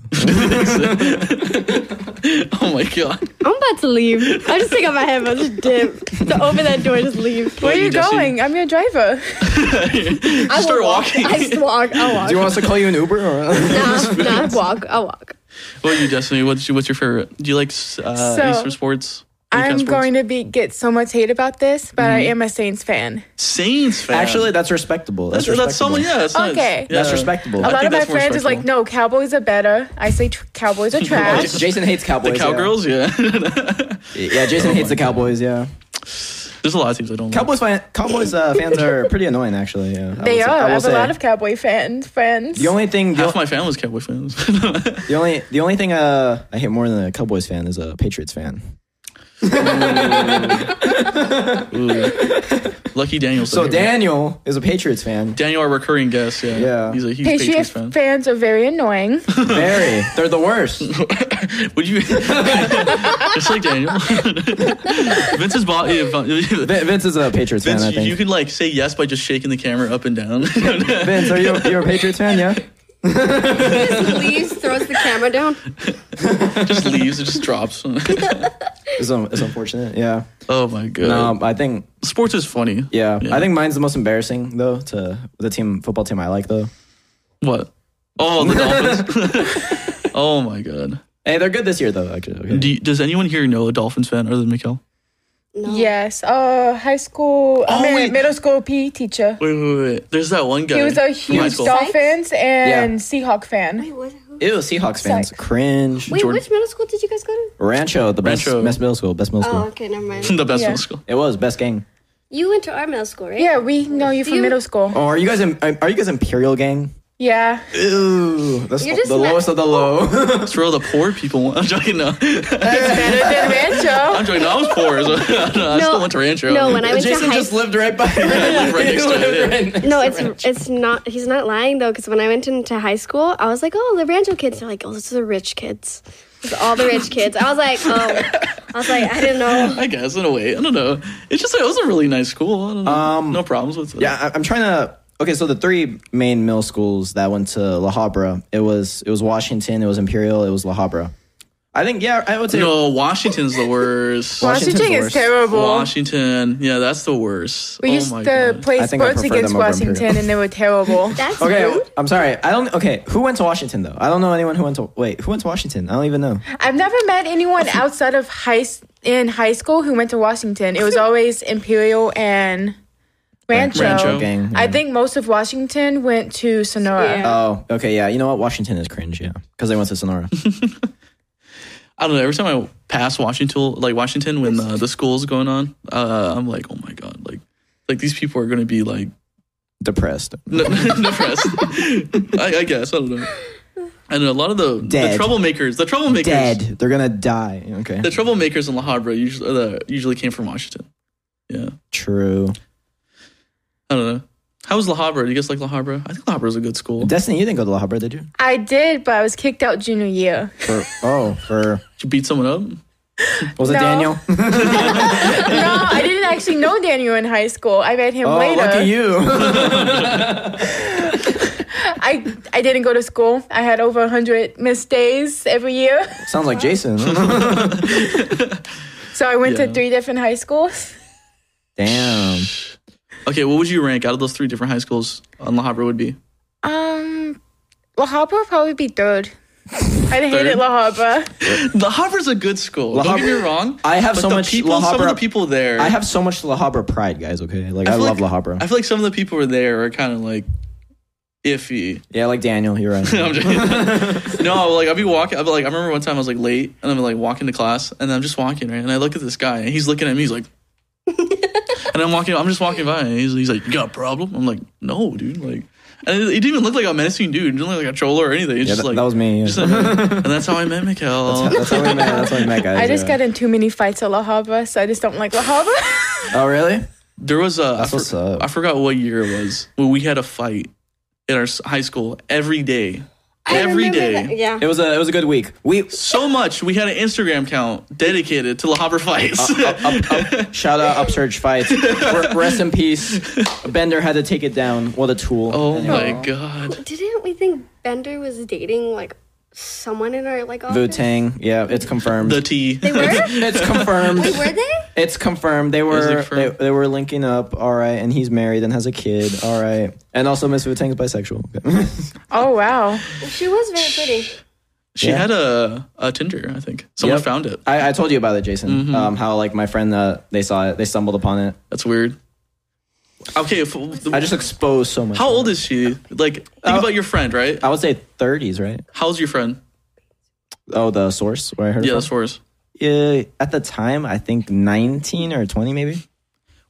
Oh my god.
I'm about to leave. I just take off my headphones, just dip. So open that door, just leave.
Where are you
Jesse?
going? I'm your driver.
I
start
will walk.
walking.
I just walk. I'll walk.
Do you want us to call you an Uber? Or,
nah, nah, I walk. I'll walk.
What about you, Destiny? What's your, what's your favorite? Do you like uh,
So-
Eastern sports?
I'm
Cats
going to be get so much hate about this, but
Mm-hmm.
I am a Saints fan.
Saints fan.
Actually, that's respectable. That's,
that's
respectable.
that's someone. Yeah, that's nice.
Okay.
Yeah.
That's respectable.
A
I
lot
think
of my
that's more
friends is like,
respectable.
no, Cowboys are better. I say tr- Cowboys are
Oh,
trash.
J- Jason hates
The
Cowboys.
cowgirls, yeah.
Yeah, yeah Jason hates the Cowboys. Yeah,
There's a lot of teams I don't like.
Cowboys fan, Cowboys uh, fans are pretty annoying, actually. Yeah, I
they
will say-
are. I,
will
have
say.
a lot of Cowboy fans. Friends.
The only thing, the,
Half my family's Cowboy fans.
the only, the only thing uh, I hate more than a Cowboys fan is a Patriots fan.
Ooh. Lucky Daniel's.
So
the favorite.
Daniel is a Patriots fan.
Daniel, our recurring guest. Yeah,
Yeah.
He's a huge
Patriot
Patriots fan.
fans are very annoying.
Very, they're the worst.
Would you? just like Daniel. Vince's body. Vince,
Vin- Vince is a Patriots fan. I
you-
think.
you can like say yes by just shaking the camera up and down.
Vince, are you you're a Patriots fan? Yeah.
leaves, throws the camera down.
just leaves. It just drops.
It's, un- it's unfortunate. Yeah.
oh my god.
No, I think
Sports is funny.
yeah,
Yeah.
I think mine's the most embarrassing though to the team football team I like though.
What? Oh, the Dolphins. oh my god.
Hey, they're good this year though. Actually, okay.
Do you, does anyone here know a Dolphins fan other than Mikel?
No.
yes. Uh, high school. I
Oh,
mean,
wait.
middle school PE teacher.
Wait, wait, wait. There's that one guy.
He was a
from high
huge
school.
Dolphins and
Yeah.
Seahawk fan.
Wait, what, who-
Ew, Seahawks fans,
Sucks.
cringe.
Wait
Jordan.
which middle school did you guys go to?
Rancho, the best,
Rancho.
best middle school, best middle
Oh,
school.
okay, never mind.
the best
Yeah.
middle school.
It was best gang.
You went to our middle school, right?
Yeah, we know you from
you-
middle school.
Oh, are you guys? Im- are you guys Imperial gang?
Yeah.
Ew, that's
You're just
the
mad-
lowest of the low.
That's where all the poor people. went. I'm joking. No,
Better than
I'm
Rancho.
joking. No, I was poor. So, no, I still went to Rancho.
No, when I went to
Jason
high
just lived right by.
lived right next to it, yeah.
No, it's it's not. He's not lying though, because when I went into high school, I was like, "Oh, the Rancho kids." They're like, "Oh, this is the rich kids." It's all the rich kids. I was like, "Oh," I was like, "I didn't know."
I guess in a way. I don't know. It's just it was a really nice school. I don't know.
Um,
no problems with it.
Yeah, I, I'm trying to. Okay, so the three main middle schools that went to La Habra, it was it was Washington, it was Imperial, it was La Habra. I think yeah, I would say
No, Washington's the worst.
Washington's
Washington is
worse.
terrible.
Washington. Yeah, that's the worst.
We
oh
used
my
uh,
to
god.
play
I think I
sports
prefer
against
them over Imperial.
Washington, and they were terrible.
That's
Okay,
rude.
I'm sorry. I don't. Okay, who went to Washington though? I don't know anyone who went to. Wait, who went to Washington? I don't even know.
I've never met anyone outside of high s- in high school who went to Washington. It was always Imperial and Rancho.
Rancho
gang,
I
yeah.
think most of Washington went to Sonora.
Yeah.
Oh, okay, yeah. You know what? Washington is cringe, yeah, because they went to Sonora.
I don't know. Every time I pass Washington, like Washington, when uh, the, the school's going on, uh, I'm like, oh my god, like, like these people are going to be like
Depressed.
n- depressed. I, I guess I don't know. And a lot of the
Dead.
the troublemakers, the troublemakers,
Dead. They're gonna die. Okay.
the troublemakers in La Habra usually uh, usually came from Washington. Yeah,
True.
I don't know. How was La Habra? Do you guys like La Habra? I think La Habra's a good school.
Destiny, you didn't go to La Habra, did you?
I did, but I was kicked out junior year.
For oh, for
Did you beat someone up?
was it
No.
Daniel?
no, I didn't actually know Daniel in high school. I met him
Oh,
later.
look at you.
I I didn't go to school. I had over hundred missed days every year,
Sounds like Jason.
so I went
Yeah.
to three different high schools.
Damn.
Okay, what would you rank out of those three different high schools on La Habra would be?
Um, La Habra would probably be third. I hated
Third?
La Habra.
La Habra's a good school.
La
Don't get me
Habra-
wrong.
I have
but
so
the
much
people,
La
some of the
Habra-
people there.
I have so much La Habra pride, guys. Okay, like I,
feel
love
like-
La Habra.
I feel like some of the people were there are kind of like iffy.
yeah, like Daniel, you're right.
I'm just- no, like I'll be walking. I'll be like, I remember one time I was like late, and I'm like walking to class, and I'm just walking right, and I look at this guy, and he's looking at me, he's like, and I'm walking, I'm just walking by, and he's, he's like, you got a problem? I'm like, no, dude, like, and it, it didn't even look like a menacing dude, it didn't look like a troller or anything. It's
Yeah,
just
that,
like
that was me. yeah.
just like- and that's how I met Mikhail.
That's how we met. That's how we met, guys.
I just
yeah.
got in too many fights at La Habra, so I just don't like La Habra.
Oh, really?
There was a I,
That's what's
for-
up.
I forgot what year it was, but we had a fight in our s- high school every day,
I
every
remember
day.
that- Yeah.
It was a it was a good week. We
So much we had an Instagram account dedicated to La Habra fights.
Uh, up, up, shout out upsurge fights. R- rest in peace. Bender had to take it down. What a tool.
Oh my god.
Didn't we think Bender was dating like someone in our like
Wu
office?
Tang. Yeah, it's confirmed.
The T.
They were.
it's confirmed.
Wait, were they?
It's confirmed. They were they,
confirmed.
they were linking up. All right, and he's married and has a kid. All right, and also Miss Wu Tang's bisexual. Okay.
oh wow,
She was very pretty.
She
Yeah.
had a, a Tinder, I think. Someone
Yep.
found it.
I, I told you about it, Jason.
Mhm.
Um, how like my friend uh, they saw it, they stumbled upon it.
That's weird. Okay, if,
I just exposed so much.
how old is she? Like, think
Uh,
about your friend, right?
I would say 30s, right?
How's your friend?
Oh, the source where I heard.
Yeah,
it
that's
from?
worse.
Yeah, at the time I think 19 or 20 maybe.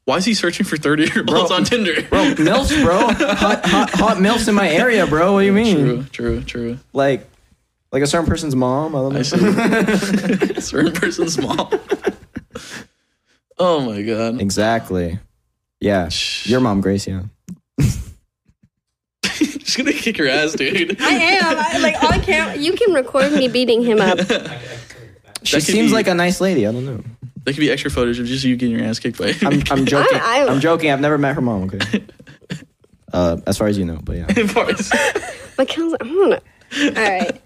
Why is he searching for 30 year olds on Tinder?
Bro, milfs, bro, hot, hot, hot milfs in my area, bro. What do you mean?
True, true, true.
Like, like a certain person's mom. I don't know.
I see. Certain person's mom. oh my god.
Exactly. Yeah, your mom, Grace. Yeah.
She's gonna kick your ass, dude.
I am. I, like on camera, you can record me beating him up.
She
That could
seems
be-
like a nice lady. I don't know.
That could be extra footage of just you getting your ass kicked by.
I'm, I'm joking. I,
I-
am joking. I've never met her mom. Okay. Uh, as far as you know, but yeah.
Parts.
But Kel's, I don't know. All right.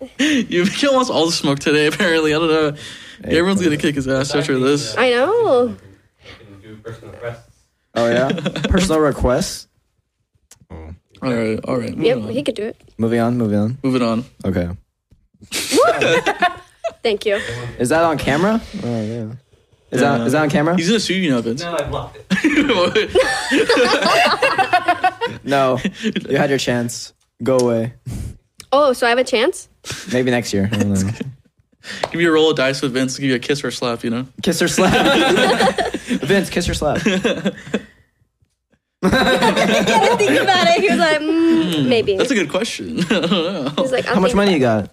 You've killed almost all the smoke today, apparently. I don't know. Everyone's gonna kick his ass after this.
I know.
You can do personal requests.
Oh yeah. Personal requests.
All right, all right. Moving
Yep,
on.
he could do it.
Moving on. Moving on.
Moving on.
Okay.
Thank you.
Is that on camera? Oh yeah. Is that is that on camera?
He's gonna sue you now, Vince.
No, I blocked it.
No. You had your chance. Go away.
Oh, so I have a chance?
Maybe next year. I don't know.
give you a roll of dice with Vince. Give you a kiss or a slap. You know.
Kiss or slap. Vince, kiss or slap.
I think about it. He was like,
Hmm.
mm, maybe.
That's a good question. I don't know.
He's like,
How much money you got?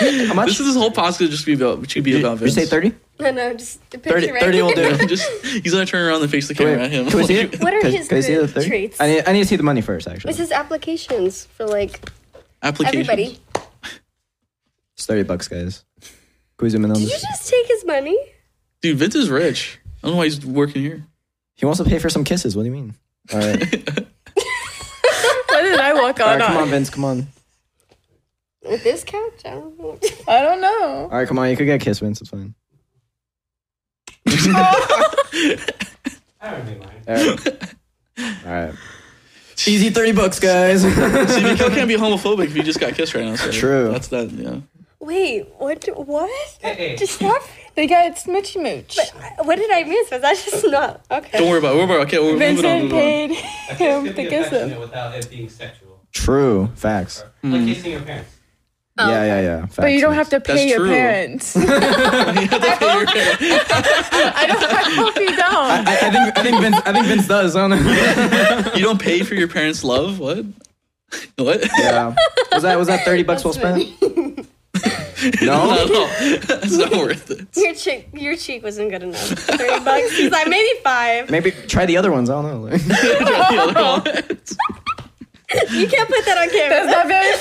How much?
This is this whole podcast just be about should be about
you
Vince.
say 30?
No, no, just the picture.
30, 30 will do.
just he's gonna turn around and face the
Wait,
camera at him.
Can we see it?
What are
Can-
his
can we see the
good
30?
traits?
I need, I need to see the money first, actually.
This is applications for like
Application.
everybody.
It's 30 bucks, guys. Can we zoom in on
Did you
this?
just take his money?
Dude, Vince is rich. I don't know why he's working here.
He wants to pay for some kisses. What do you mean? All right.
What did I walk
All
on?
right, come on,
on?
Vince. Come on.
With this couch? I don't know.
I don't know.
All right, come on. You could get a kiss, Vince. It's fine.
I don't really mind.
All right. All right. Easy 30 bucks, guys.
See, Mikhail can't be homophobic if he just got kissed right now. So
True.
That's that. Yeah.
Wait, what? What?
Hey.
Just stop.
They got smoochie mooch.
What did I miss? Was that just not Oh, okay?
Don't worry about. it. We're about. Okay, we're moving on.
Vincent
Moving on.
paid
A kiss
him
could
to
be
kiss
affectionate
him. Hmm.
without it being sexual.
True. Facts.
Like kissing your parents.
Yeah, yeah, yeah. Facts.
Oh, But you don't have to pay
That's
your
true.
parents.
You're-
I don't. I hope you don't.
I, I think I think Vince I think Vince does. I don't know.
you don't pay for your parents' love. What? What?
Yeah. Was that was that 30 bucks well spent? No.
Not at all. It's not worth it.
Your cheek, your cheek wasn't good enough. Thirty bucks. He's like maybe five.
Maybe try the other ones. I don't know.
You can't put that on
That's
camera.
not very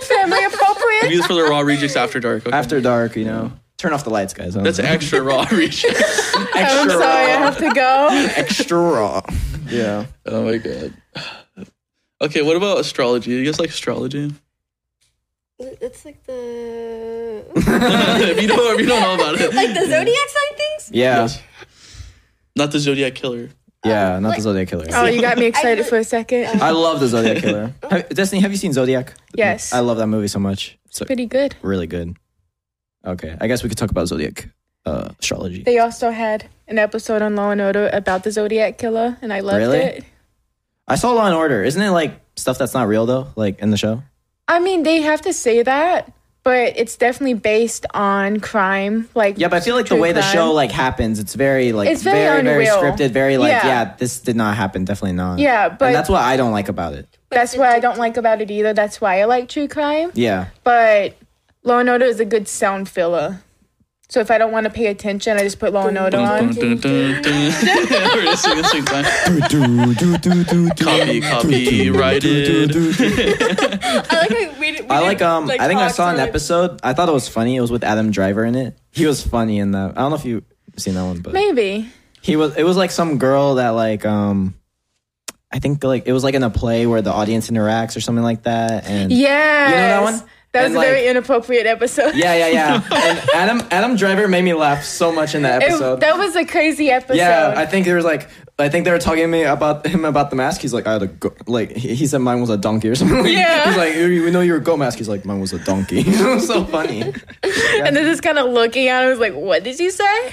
family appropriate.
Use this for the raw rejects after dark. Okay?
After dark, you know. Turn off the lights, guys.
That's extra raw rejects.
I'm
extra
sorry. I have to go.
extra raw. Yeah.
Oh my god. Okay, what about astrology? You guys like astrology?
It's like the
if you don't, if you don't know about it,
like the zodiac sign things.
Yeah.
Yes. Not the Zodiac killer.
Yeah, not the Zodiac Killer.
Oh, you got me excited for a second.
I love the Zodiac Killer. Have, Destiny, have you seen Zodiac?
Yes.
I love that movie so much. It's like,
Pretty good.
really good. Okay, I guess we could talk about Zodiac uh, astrology.
They also had an episode on Law and Order about the Zodiac Killer, and I loved
Really?
it.
I saw Law and Order. Isn't it like stuff that's not real though? Like in the show?
I mean, they have to say that, but it's definitely based on crime. Like,
Yeah, but I feel like the
true
way the
crime.
show like happens, it's very like
It's very
very
unreal.
scripted. Very like yeah.
Yeah.
this did not happen. Definitely not.
Yeah, but-
and that's what I don't like about it.
That's what I don't like about it either. That's why I like true crime.
Yeah,
But Law and Order is a good sound filler. So if I don't want to pay attention, I just put Law and Order
Dun,
on.
dun, dun, dun. We're just singing, singing time. Copy, copyrighted.
I like how we, we
I like um. I think I saw an
episode.
episode. I thought it was funny. It was with Adam Driver in it. He was funny in that. I don't know if you have seen that one, but
Maybe.
he was. It was like some girl that like um. I think like it was like in a play where the audience interacts or something like that, and
Yes.
you know that one.
That was
And,
a very
like-
inappropriate episode.
Yeah, yeah, yeah. and Adam Adam Driver made me laugh so much in that
It-
episode.
that was a crazy episode.
yeah, I think there was like I think they were talking to me about him about the mask. He's like, I had a go-, like he he said mine was a donkey or something.
Yeah.
He's like, we know you're a goat mask. He's like, mine was a donkey. it was so funny.
and then just kind of looking at it, I was like, what did you say?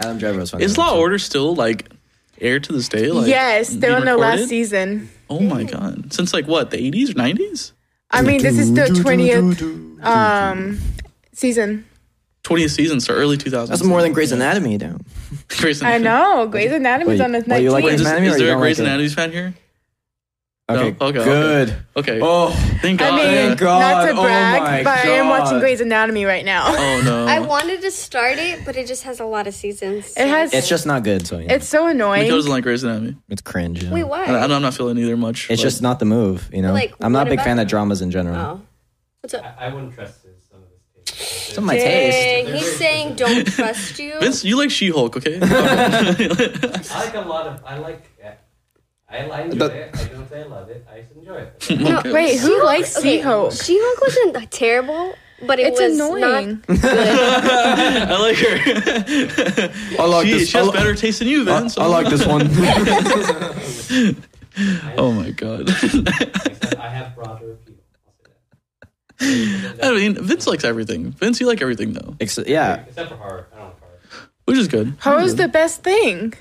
Adam Driver was funny.
Is Law and Order still like air to this day? Like,
yes, they're
being
on their last
recorded?
season.
Oh my god! Since like what the eighties or nineties?
I mean, this is the 20th um, season.
Twentieth season, so early two thousands.
That's more than Grey's Anatomy, damn.
I know. Grey's Anatomy's
Wait,
on the
wait,
19th.
you like
Wait, is,
Grey's
this-
Anatomy
is
or you
there a
don't
Grey's
like it?
Anatomy fan here?
Okay,
No? Okay, okay.
good.
Okay.
Oh,
thank God.
I
yeah.
mean,
Thank God.
not to
Oh
brag,
my
but I am watching
God.
Grey's Anatomy right now.
oh no.
I wanted to start it, but it just has a lot of seasons.
It has-
It's just not good. So yeah,
It's so annoying.
Mika doesn't like Grey's Anatomy.
it's cringe. you know?
Wait, why?
And I, I'm not feeling either much.
It's
but-
just not the move, you know.
Like,
I'm not a
what
big fan
about-
of dramas in general.
Oh. What's up?
I, I wouldn't trust his- some of his takes.
It's not my taste.
Dang, he's saying don't trust you.
Vince, you like She-Hulk, okay? Oh Why
I like a lot of. I like. Yeah, I, I enjoy
But-
it. I don't say I love it. I just enjoy it.
No, wait, who likes
Okay,
She-Hulk?
She-Hulk wasn't terrible, but it
It's
was
annoying.
not good.
I like her.
I like
she,
this.
she
I,
has
li-
better taste than you,
I,
Vince.
I like this one.
Oh my god.
Except I have broader appeal. I'll say
I mean, Vince likes everything. Vince, you like everything though,
Ex-
that.
yeah,
Except for horror. I don't like horror.
which is good.
Horror's the best thing.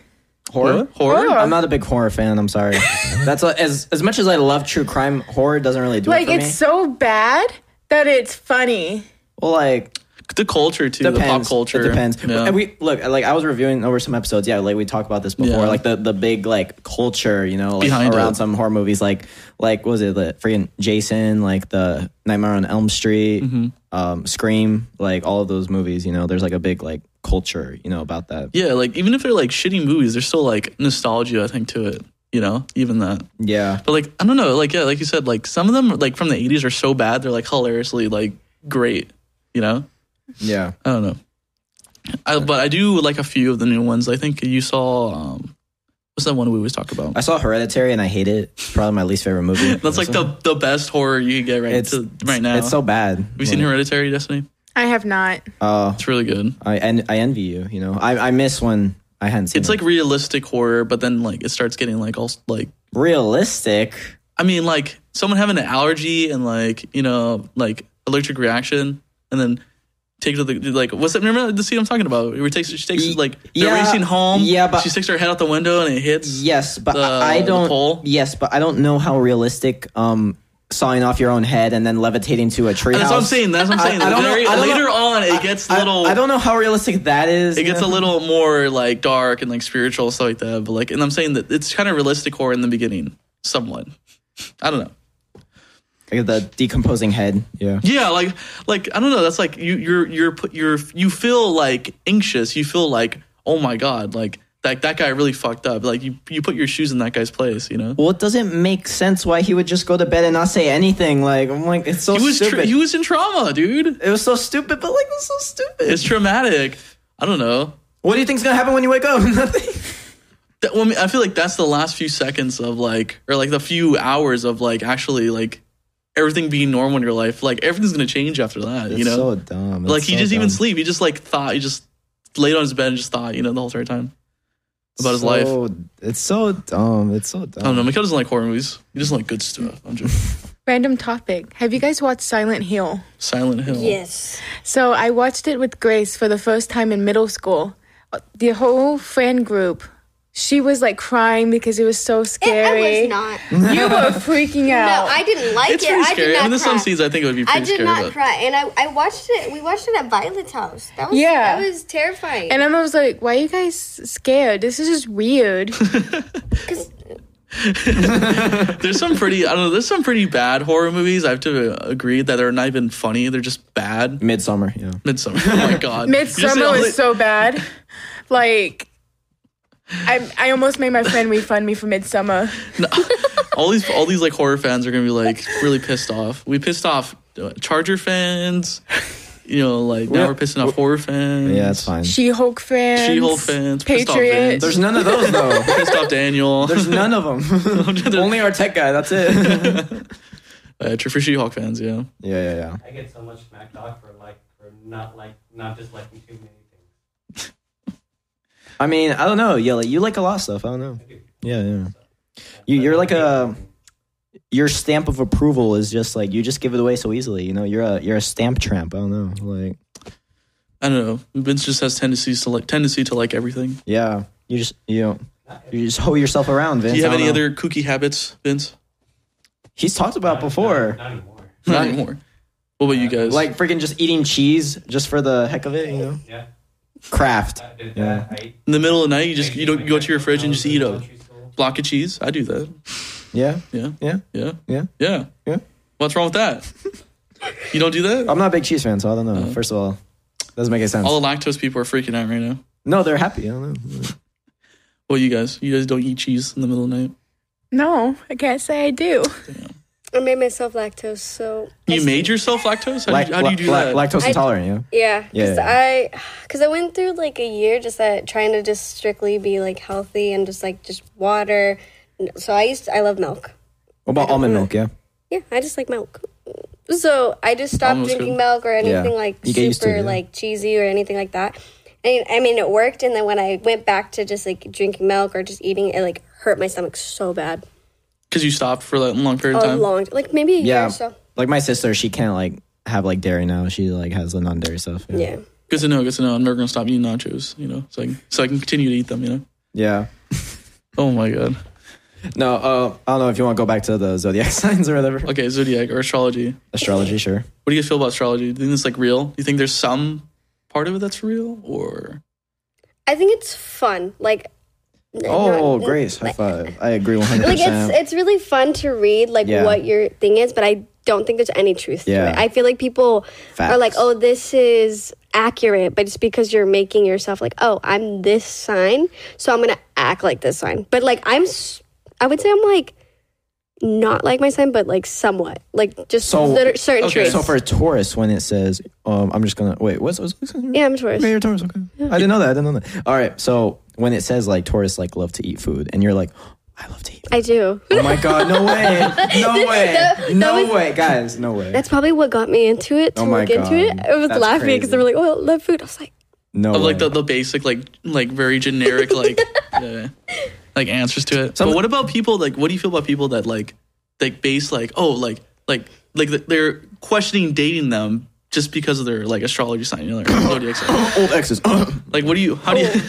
horror.
Horror.
Horror.
I'm not a big horror fan. I'm sorry. That's a, as as much as I love true crime, horror doesn't really do it
Like,
for
it's
me.
so bad that it's funny.
Well, like
The culture too.
depends.
The pop culture.
It depends.
Yeah.
And we look like I was reviewing over some episodes. Yeah, like we talked about this before.
Yeah.
Like the the big like culture, you know, like
Behind
around
it.
some horror movies. Like like what was it the freaking Jason, like the Nightmare on Elm Street,
Mm-hmm.
um, Scream, like all of those movies. You know, there's like a big like culture, you know, about that.
yeah, like even if they're like shitty movies, there's still like nostalgia, I think, to it. You know, even that.
Yeah.
But like, I don't know. Like, yeah, like you said, like some of them, like from the '80s, are so bad they're like hilariously like great. You know,
Yeah.
I don't know. I, but I do like a few of the new ones. I think you saw. Um, what's that one we always talk about?
I saw Hereditary and I hate it. It's probably my least favorite movie.
That's like the the best horror you can get right
it's
to, right now.
It's so bad.
Have you seen Hereditary Destiny?
I have not.
Uh,
It's really good.
I en- I envy you. You know, I I miss when I hadn't seen.
It's
it.
like realistic horror, but then like it starts getting like all like
realistic.
I mean like someone having an allergy and like you know like allergic reaction, and then takes to the like what's that? Remember the scene I'm talking about? Where she takes she takes
Ye-
like they're
yeah,
racing home.
yeah, but-
she sticks her head out the window and it hits.
Yes, but
The-
I I
the
don't.
pole?
Yes, but I don't know how realistic. Um, sawing off your own head and then levitating to a tree.
That's what I'm saying. That's what I'm
I-
saying.
I don't know-
Later-
I don't know-
later on, it gets
I,
little.
I don't know how realistic that is.
it gets a little more like dark and like spiritual and stuff like that. But like, and I'm saying that it's kind of realistic horror in the beginning, somewhat. I don't know.
like the decomposing head. Yeah.
Yeah, like like I don't know. That's like you you're you're put you're you feel like anxious. You feel like oh my god, like that that guy really fucked up. Like you you put your shoes in that guy's place. You know,
Well, it doesn't make sense why he would just go to bed and not say anything. Like I'm like, it's so
he was tra-
stupid.
he was in trauma, dude.
it was so stupid, but like it was so stupid.
It's traumatic. I don't know.
what do you think's gonna happen when you wake up? Nothing.
That, well, I, mean, I feel like that's the last few seconds of like, or like the few hours of like actually like everything being normal in your life. Like everything's gonna change after that. you know,
so dumb. It's
like he
so
just even
dumb.
sleep. He just like thought. He just laid on his bed and just thought. You know, the whole entire time about his life.
So- It's so dumb. It's so
I
dumb.
don't know. Mikhail doesn't like horror movies. He doesn't like good stuff. I'm joking.
Random topic. Have you guys watched Silent Hill?
Silent Hill.
yes.
So I watched it with Grace for the first time in middle school. Uh, The whole friend group, she was like crying because it Eh, was so
It,
scary.
I was not. No,
You were freaking out.
I didn't like
It's
it.
pretty
I did
scary. I,
not
mean, there's some
cry.
scenes I think it would be pretty
I did
scary.
not
but
cry, and I, I watched it. We watched it at Violet's house. That was
Yeah.
that was terrifying.
and I was like, why are you guys scared? This is just weird.
'Cause-
There's some pretty. I don't know. There's some pretty bad horror movies. I have to agree that they're not even funny. They're just bad.
Midsummer. Yeah.
Midsummer. Oh my god.
Midsummer
You're just-
was so bad. Like, I, I almost made my friend refund me for Midsummer.
all these all these like horror fans are gonna be like really pissed off. We pissed off uh, Charger fans. You know, like now
Yeah.
we're pissing off horror fans.
Yeah, it's fine.
She Hulk fans.
She-Hulk fans, pissed off
Patriot.
fans.
There's none of those though.
Pissed off Daniel.
There's none of them. Only our tech guy. That's it.
Uh, Trifushy Hawk fans, yeah.
Yeah, yeah, yeah.
I get so much smack talk for like for not like not just liking too many things.
I mean, I don't know. Yeah, like you like a lot of stuff. I don't know.
I do.
Yeah, yeah.
Yeah,
You-
but
you're like
I hate
a-
them.
Your stamp of approval is just like you just give it away so easily. You know, you're a you're a stamp tramp. I don't know. Like,
I don't know. Vince just has tendencies to like tendency to like everything.
yeah, you just you know, you just hoe yourself around, Vince.
Do you have
I don't
any
know.
other kooky habits, Vince?
He's talked about
Not-
before,
Not, not anymore.
Not
None.
anymore. What about you guys?
Uh, like freaking just eating cheese just for the heck of it. You know,
Yeah,
craft.
I did
Yeah.
that. I
in the middle of the night, you just
I
you don't
ate
go to your fridge and just eat a
elementary school.
block of cheese. I do that.
Yeah,
Yeah,
yeah.
yeah,
Yeah.
yeah,
Yeah.
What's wrong with that? you don't do that.
I'm not a big cheese fan, so I don't know.
Uh.
First of all, doesn't make any sense.
All the lactose people are freaking out right now.
no, they're happy. I don't know.
Well, you guys, you guys don't eat cheese in the middle of the night.
No, I can't say I do.
I made myself lactose, so
You made yourself lactose. How,
Lac-
do, you, how do you do
lac-
that?
Lactose
I-
intolerant. Yeah.
yeah,
Yeah,
because I, because I went through like a year just that trying to just strictly be like healthy and just like just water. So I used I love milk.
What about almond milk? Yeah.
Yeah, I just like milk. So I just stopped
Almost
drinking
good.
milk or
Yeah.
anything like
You get used to
super
it, yeah.
like cheesy or anything like that. And I mean, it worked. And then when I went back to just like drinking milk or just eating, it like hurt my stomach so bad.
Because you stopped for that long period of
A
time.
long, like maybe a year
Yeah.
or so.
Like my sister, she can't like have like dairy now. She like has the non-dairy stuff.
Yeah.
Good to know. Good to know. I'm never gonna stop eating nachos. You know, so I can, so I can continue to eat them. You know.
Yeah.
Oh my god.
No, uh, I don't know if you want to go back to the zodiac signs or whatever.
Okay, zodiac or astrology.
Astrology, sure.
What do you guys feel about astrology? Do you think it's like real? Do you think there's some part of it that's real, or
I think it's fun. Like, n-
Oh,
not-
Grace, high five. I agree 100%.
Like it's it's really fun to read like
Yeah.
what your thing is, but I don't think there's any truth
Yeah.
to it. I feel like people are like,
Facts.
oh, this is accurate, but it's because you're making yourself like, oh, I'm this sign, so I'm gonna act like this sign. But like, I'm, s- I would say I'm like not like my sign, but like somewhat, like just
So-
lit- certain
okay.
traits.
so for a Taurus, when it says, um, I'm just going to, wait, what's, what's, what's
yeah, I'm Taurus.
Okay, you're Taurus, okay. I didn't know that. I didn't know that. All right. So when it says like Taurus like love to eat food and you're like, I love to eat.
I do.
Oh my God. No way. No way. No way. Guys, no way.
That's probably what got me into it to
Oh my
look into it.
God.
I was
That's
laughing because they were
crazy.
like, oh, I love food. I was like.
No
of
way.
like the, the basic like like very generic like uh, like answers to it.
Some-
but what about people like what do you feel about people that like like base like oh like like like th- they're questioning dating them just because of their like astrology sign, you know, like zodiac sign.
old exes.
Like what do you how do you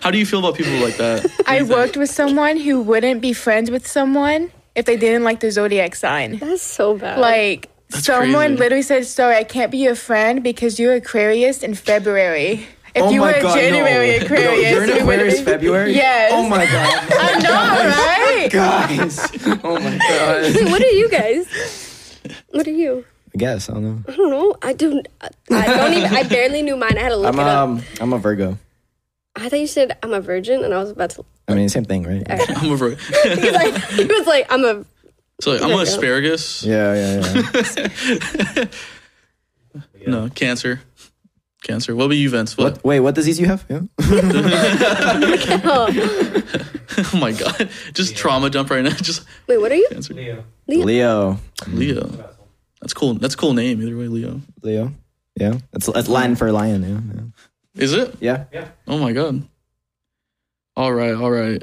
how do you feel about people like that?
I worked with someone who wouldn't be friends with someone if they didn't like the zodiac sign.
That's so bad.
Like someone
crazy.
literally said, "Sorry, I can't be your friend because you're Aquarius in February. If you were a January
Oh no.
Aquarius,
Yo, you're an
we would've
Aquarius
been-
February?
Yes.
Oh my god.
I know, right?
Guys. Oh my god.
what are you guys? What are you?
I guess, I don't know.
I don't know. I don't. I I don't even. I barely knew mine. I had to look
I'm
it up.
um I'm a Virgo.
I thought you said I'm a virgin, and I was about to.
I mean same thing, right?
Alright.
I'm over it.
He was like, he was like I'm a.
So like, I'm
Yeah.
an asparagus.
Yeah, yeah, yeah.
No, cancer. Cancer. What about you, Vince? What?
what wait, what disease you have? Yeah.
Oh.
oh my god. Just trauma jump right now. Just
Wait, what are you?
cancer.
Leo.
Leo.
Leo.
Russell.
That's cool. That's a cool name. Either way, Leo.
Leo. Yeah. It's it's Latin for lion,
Is it?
yeah. Yeah.
Yeah.
Oh my god. All right, all right.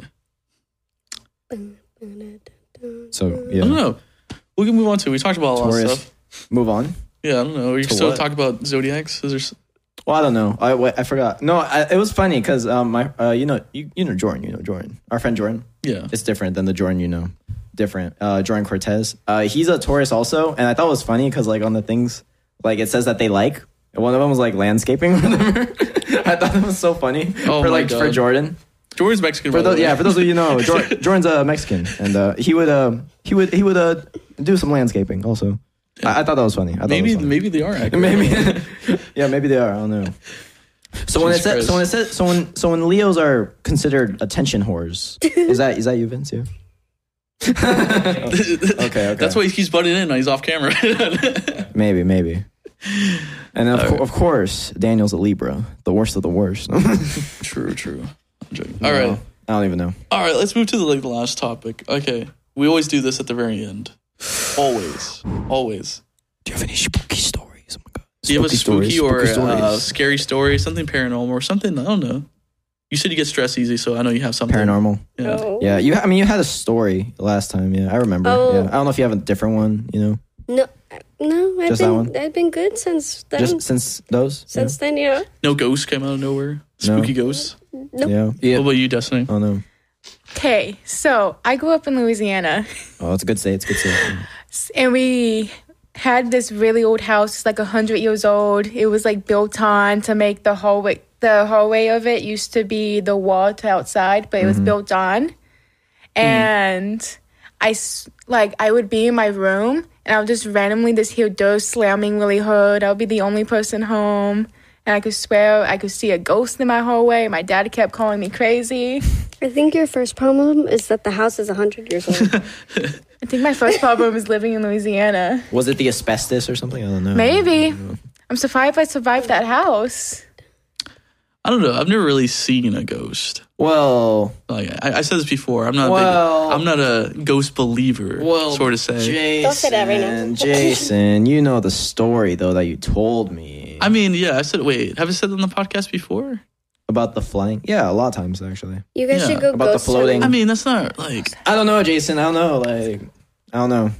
So
I
Mm-hmm.
don't
yeah.
know. We can move on to. We talked about a lot of
Taurus.
stuff.
Move on.
Yeah, I don't know. We
To
still
what?
talk about zodiacs. Is there? s-
Well, I don't know. I, wait, I forgot. No, I, it was funny because um, my uh, you know you, you know Jordan, you know Jordan, our friend Jordan.
Yeah.
it's different than the Jordan you know. Different. Uh, Jordan Cortez. Uh, he's a Taurus also, and I thought it was funny because like on the things, like it says that they like. and One of them was like landscaping. or whatever. I thought that was so funny
Oh
for
my
like for
God.
Jordan.
Jordan's Mexican.
For
by the
those,
way.
yeah, for those of you who know, Jor- Jordan's a Mexican, and uh, he would uh, he would he would uh, do some landscaping also. I, I thought that was funny. I thought
maybe
it was funny.
maybe they are. Accurate.
Maybe, yeah, maybe they are. I don't know. So when it
Jesus
says, so when it
Christ.
says, so when so when Leos are considered attention whores, is that is that you, Vince? Yeah. okay, okay.
That's why he keeps butting in. He's off camera.
Maybe, maybe. And of, co- of course, Daniel's a Libra, the worst of the worst. All
true, true. I'm joking. All right,
I don't even know.
all right. Let's move to the like the last topic. Okay, we always do this at the very end. Always, always.
Do you have any spooky stories? Oh my god.
Do you have a
Spooky
spooky or
stories, spooky
uh,
stories.
scary story, something paranormal or something? I don't know. You said you get stressed easy, so I know you have something.
Paranormal.
Yeah.
Oh.
Yeah, you. I mean, you had a story last time. Yeah, I remember.
Oh.
Yeah, I don't know if you have a different one. You know,
No, no, I've
Just that
been
one?
I've been good since then.
just since those.
since then, you know.
No ghosts came out of nowhere.
No.
Spooky ghosts.
yeah. yeah.
What about you, Destiny?
Oh no.
Okay, so I grew up in Louisiana.
Oh, it's a good say. It's a good say.
and we had this really old house, it's like hundred years old. It was like built on to make the hallway. The hallway of it used to be the wall to outside, but it was built on. And I s I like I would be in my room and I would just randomly just hear doors slamming really hard. I would be the only person home. And I could swear I could see a ghost in my hallway. My dad kept calling me crazy.
I think your first problem is that the house is hundred years old.
I think my first problem was living in Louisiana.
Was it the asbestos or something? I don't know.
Maybe. I'm surprised I survived that house.
I don't know. I've never really seen a ghost.
Well,
Like I, I said this before, I'm not. a
Well-
big, I'm not a ghost believer.
well,
sort of say.
Jason,
Don't say that right now.
Jason, you know the story though that you told me
I mean, yeah. I said, wait, have I said that on the podcast before?
about the flying. Yeah, a lot of times actually.
You guys
Yeah,
should go
about the
ghost
floating-
I
hunting.
mean, that's not like.
I don't know, Jason. I don't know. Like, I don't know.
You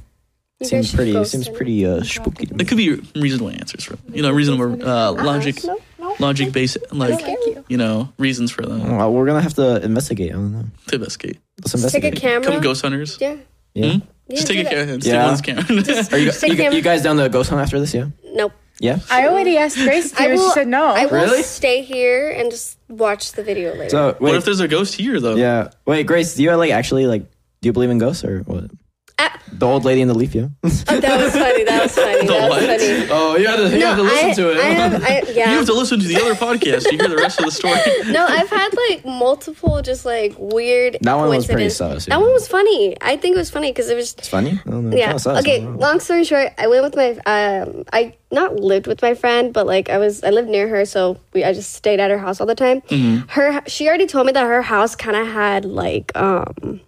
guys
Seems
should
pretty.
ghost
Seems
hunting.
pretty uh, spooky to me.
There could be reasonable answers for you know reasonable uh, logic,
No, no.
logic based like you know reasons for them
Well, we're gonna have to investigate. I don't know.
to investigate.
Let's
Take a
investigate.
camera.
Come ghost hunters.
Yeah.
Yeah.
Hmm?
Yeah,
Just
do
take a
that.
camera and
Yeah.
yeah. camera.
Are you,
Take a
you,
camera.
you guys down to ghost hunt after this? Yeah.
Nope.
Yeah.
I already asked Grace to,
I
and she
will-
said no.
I will
Really?
stay here and just watch the video later.
So wait.
what if there's a ghost here though?
yeah. Wait, Grace. Do you like actually like? Do you believe in ghosts or what?
Ah.
the old lady in the leaf. Yeah.
oh, that was funny. That was funny.
The
that was
what?
funny.
oh, you have to, you
No, I, I have, I, yeah.
You have to listen to the other podcast to hear the rest of the story.
no, I've had like multiple just like weird.
That one was pretty
coincidences.
sus, yeah.
That one was funny. I think it was funny because it was
it's funny. I don't know.
yeah.
Kinda sus, I
okay.
don't know.
Long story short, I went with my um. I not lived with my friend, but like I was. I lived near her, so we. I just stayed at her house all the time.
Mm-hmm.
Her. She already told me that her house kind of had like um.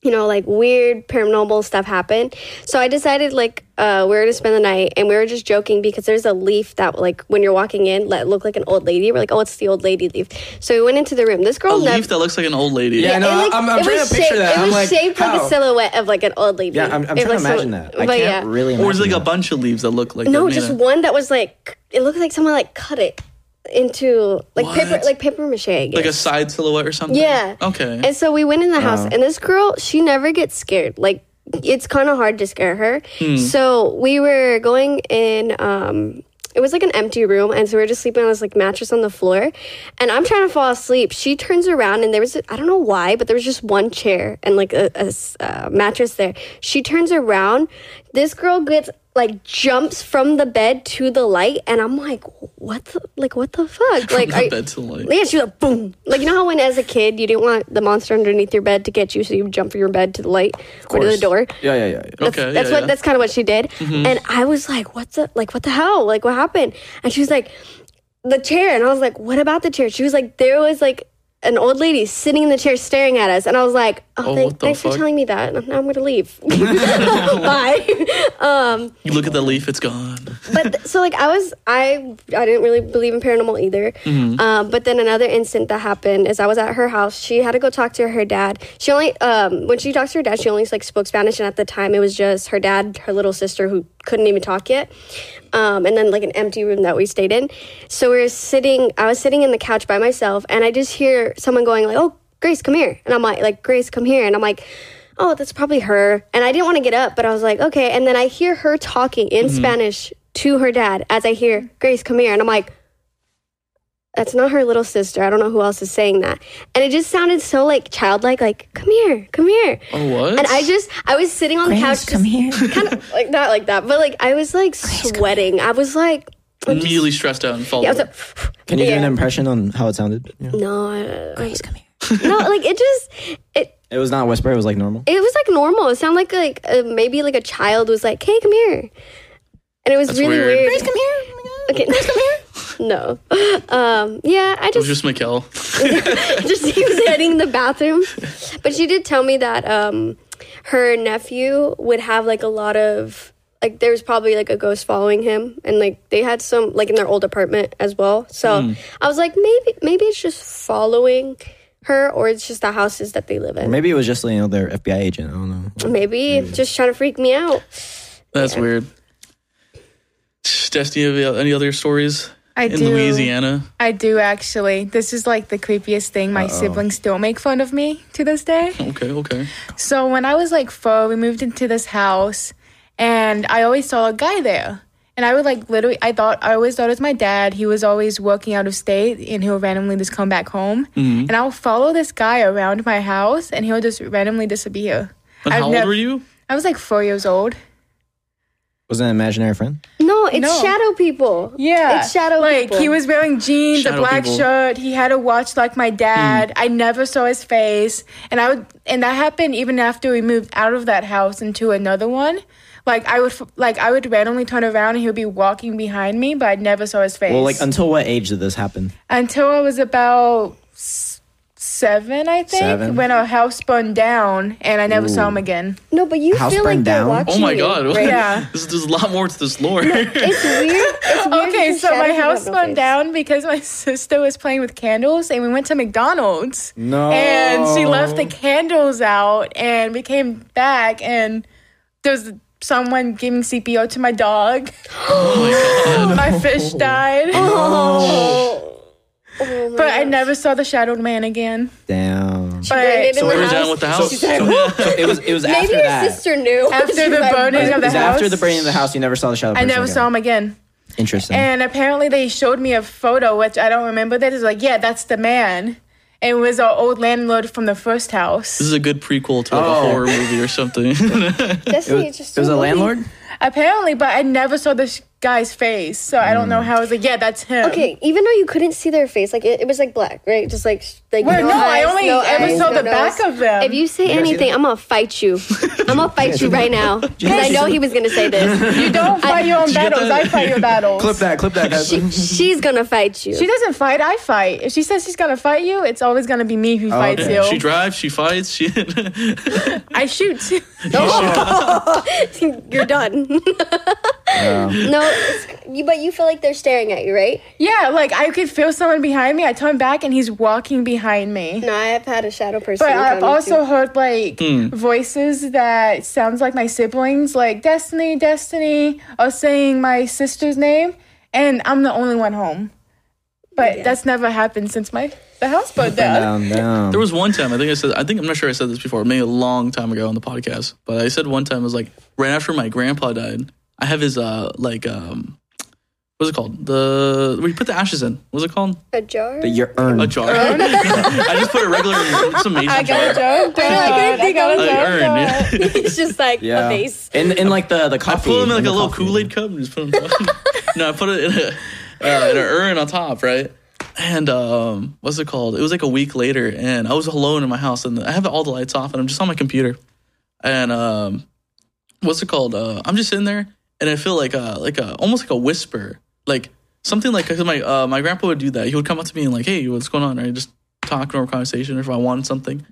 You know, like weird paranormal stuff happened. So I decided, like, uh, we were to spend the night, and we were just joking because there's a leaf that, like, when you're walking in, let look like an old lady. We're like, oh, it's the old lady leaf. So we went into the room. This
A
girl never.
leaf that looks like an old lady.
Yeah, I know.
it, like,
I'm, I'm
it
trying
was
to picture
shaped,
that.
It
I'm
was
like,
shaped like
how?
a silhouette of like an old lady.
Yeah, I'm, I'm trying
It
to
was so-
imagine that. I
but
can't
yeah.
really. Imagine
Or is it like a
that.
bunch of leaves that look like
No,
that,
just
Mina?
one that was like it looked like someone like cut it into like paper
What?
like paper mache. I guess.
like a side silhouette or something.
Yeah.
Okay.
And so we went in the house, and this girl, she never gets scared. Like it's kind of hard to scare her. So we were going in. Um, it was like an empty room, and so we were just sleeping on this like mattress on the floor. And I'm trying to fall asleep. She turns around, and there was I don't know why, but there was just one chair and like a, a s- a mattress there. She turns around. This girl gets like jumps from the bed to the light, and I'm like, what? The, like what the fuck? Like
Not
are-
bad to like.
yeah, she was like, boom. Like, you know how when as a kid, you didn't want the monster underneath your bed to get you, so you jump from your bed to the light or to the
course.
door?
Yeah, yeah, yeah. yeah.
Okay,
That's, that's
yeah, Mm-hmm.
what
yeah.
that's kind of what she did. And I was like, "What's the like? What the hell? Like, what happened?" And she was like, "The chair." And I was like, "What about the chair?" She was like, "There was like an old lady sitting in the chair staring at us." And I was like, "Oh,
Oh,
thank-
what the
thanks
fuck?
for telling me that." And now I'm gonna leave. Bye. um,
You look at the leaf, it's gone.
but th- so like I was I I didn't really believe in paranormal either. Um, but then another incident that happened is I was at her house. She had to go talk to her dad. She only um, when she talked to her dad, she only like spoke Spanish, and at the time it was just her dad, her little sister who couldn't even talk yet. Um, and then like an empty room that we stayed in. So we were sitting. I was sitting in the couch by myself, and I just hear someone going like, "Oh, Grace, come here," and I'm like, "Like Grace, come here," and I'm like oh, that's probably her. And I didn't want to get up, but I was like, okay. And then I hear her talking in Spanish to her dad as I hear, Grace, come here. And I'm like, that's not her little sister. I don't know who else is saying that. And it just sounded so like childlike, like, come here, come here.
Oh, what?
And I just, I was sitting on the couch, just kind of like, not like that, but like I was like sweating. I was like,
immediately stressed out and fall.
I was like,
Can you
Yeah.
do an impression on how it sounded? Yeah.
no, I- no, like it just, it,
It was not whisper. It was like normal.
it was like normal. It sounded like like uh, maybe like a child was like, "Hey, come here," and it was
That's
really
weird.
weird.
Grace,
come here. Oh Okay, come here. No, um, yeah, I
it was
just
just Mikkel.
just he was heading in the bathroom, but she did tell me that um, her nephew would have like a lot of like there was probably like a ghost following him and like they had some like in their old apartment as well. So
Hmm.
I was like maybe maybe it's just following her or it's just the houses that they live in. Maybe
Maybe it was just you know their FBI agent. I don't know.
Hmm.
just trying to freak me out.
That's weird. Destiny, have you- any other stories
I
in
do.
Louisiana?
I do actually. This is like the creepiest thing. My siblings still make fun of me to this day.
Okay, okay.
So when I was like four, we moved into this house, and I always saw a guy there. And I would like literally, I thought I always thought it was my dad. He was always working out of state, and he'll randomly just come back home.
Mm-hmm.
And I'll follow this guy around my house, and he'll just randomly disappear.
And
I've
how old
nev-
were you?
I was like four years old.
Was it an imaginary friend?
No, it's
No.
shadow people.
Yeah,
It's shadow
Like
people.
he was wearing jeans,
Shadow
a black
people.
shirt. He had a watch like my
Mm.
dad. I never saw his face, and I would, and that happened even after we moved out of that house into another one. Like I would, f- like I would randomly turn around and he would be walking behind me, but I never saw his face.
Well, like until what age did this happen?
until I was about s- seven, I think,
Seven.
when our house burned down, and I never saw him again.
no, but you
House
feel like
burned
they're
down?
watching
Oh my
you.
god.
Yeah.
This- there's a lot more to this lore.
It's weird. It's weird
Okay,
because
so
shadow
my
people
house
have no
burned
face.
down because my sister was playing with candles, and we went to McDonald's.
No.
Uh,
and she left the candles out and we came back and there was someone giving cpo to my dog Oh my fish died
Oh. Oh my
but i
gosh.
never saw the shadowed man again
Damn.
She burned it
So
in
we
the
were
house.
down with the house.
it was. It was
Maybe
after
your
that.
sister knew.
After
She's
the
like,
burning of
It
the
was
house
after the burning of the house. You never saw the shadow.
i never saw him again Mm.
Interesting.
and apparently they showed me a photo which i don't remember that is like yeah that's the man it was our old landlord from the first house
This is a good prequel to like,
Oh.
a horror movie or something.
it
Destiny
was,
is just
it was
so
a
lovely.
landlord.
apparently but i never saw this guy's face so i don't know how i was like yeah that's him
Okay, even though you couldn't see their face, like it, it was like black, right? Just like sh- like
Well, no, I
eyes,
only
no
ever
eyes,
saw
no
the
nose.
back of them.
If you say
guys see
anything,
that?
I'm gonna fight you. I'm gonna fight you right now because I know he was gonna say this.
You don't fight your own
you get
battles.
that?
I fight your battles.
Clip that. Clip that. guys.
She, she's gonna fight you.
She doesn't fight. I fight. If she says she's gonna fight you, it's always gonna be me who fights
okay.
you.
she drives, she fights, she
I shoot.
You're done. no, it's, you, but you feel like they're staring at you, right?
yeah, like I could feel someone behind me. I turn back and he's walking behind me.
No, I have had a shadow person.
But I've
encounter,
also
too.
heard like voices that sounds like my siblings, like Destiny, Destiny, or saying my sister's name, and I'm the only one home. But that's never happened since my the house burned down.
Down. Down.
There was one time I think I said I think I'm not sure I said this before, maybe a long time ago on the podcast, but I said one time it was like right after my grandpa died. I have his uh like um what's it called the where you put the ashes in? What's it called?
a jar.
But your urn.
A jar. I just put a regular some mason jar.
I
joke.
know, I couldn't think of
A urn. yeah.
It's just like
Yeah.
a vase.
In in like the the coffee.
I put him in like a
the
little
coffee.
Kool Aid cup and just put him. no, I put it in a uh, in an urn on top, right? And um, what's it called? It was like a week later, and I was alone in my house, and I have all the lights off, and I'm just on my computer, and um, what's it called? Uh, I'm just sitting there, and I feel like a like a almost like a whisper, like something like cause my uh, my grandpa would do that. He would come up to me and like, "Hey, what's going on?" Or just talk normal conversation, or if I wanted something,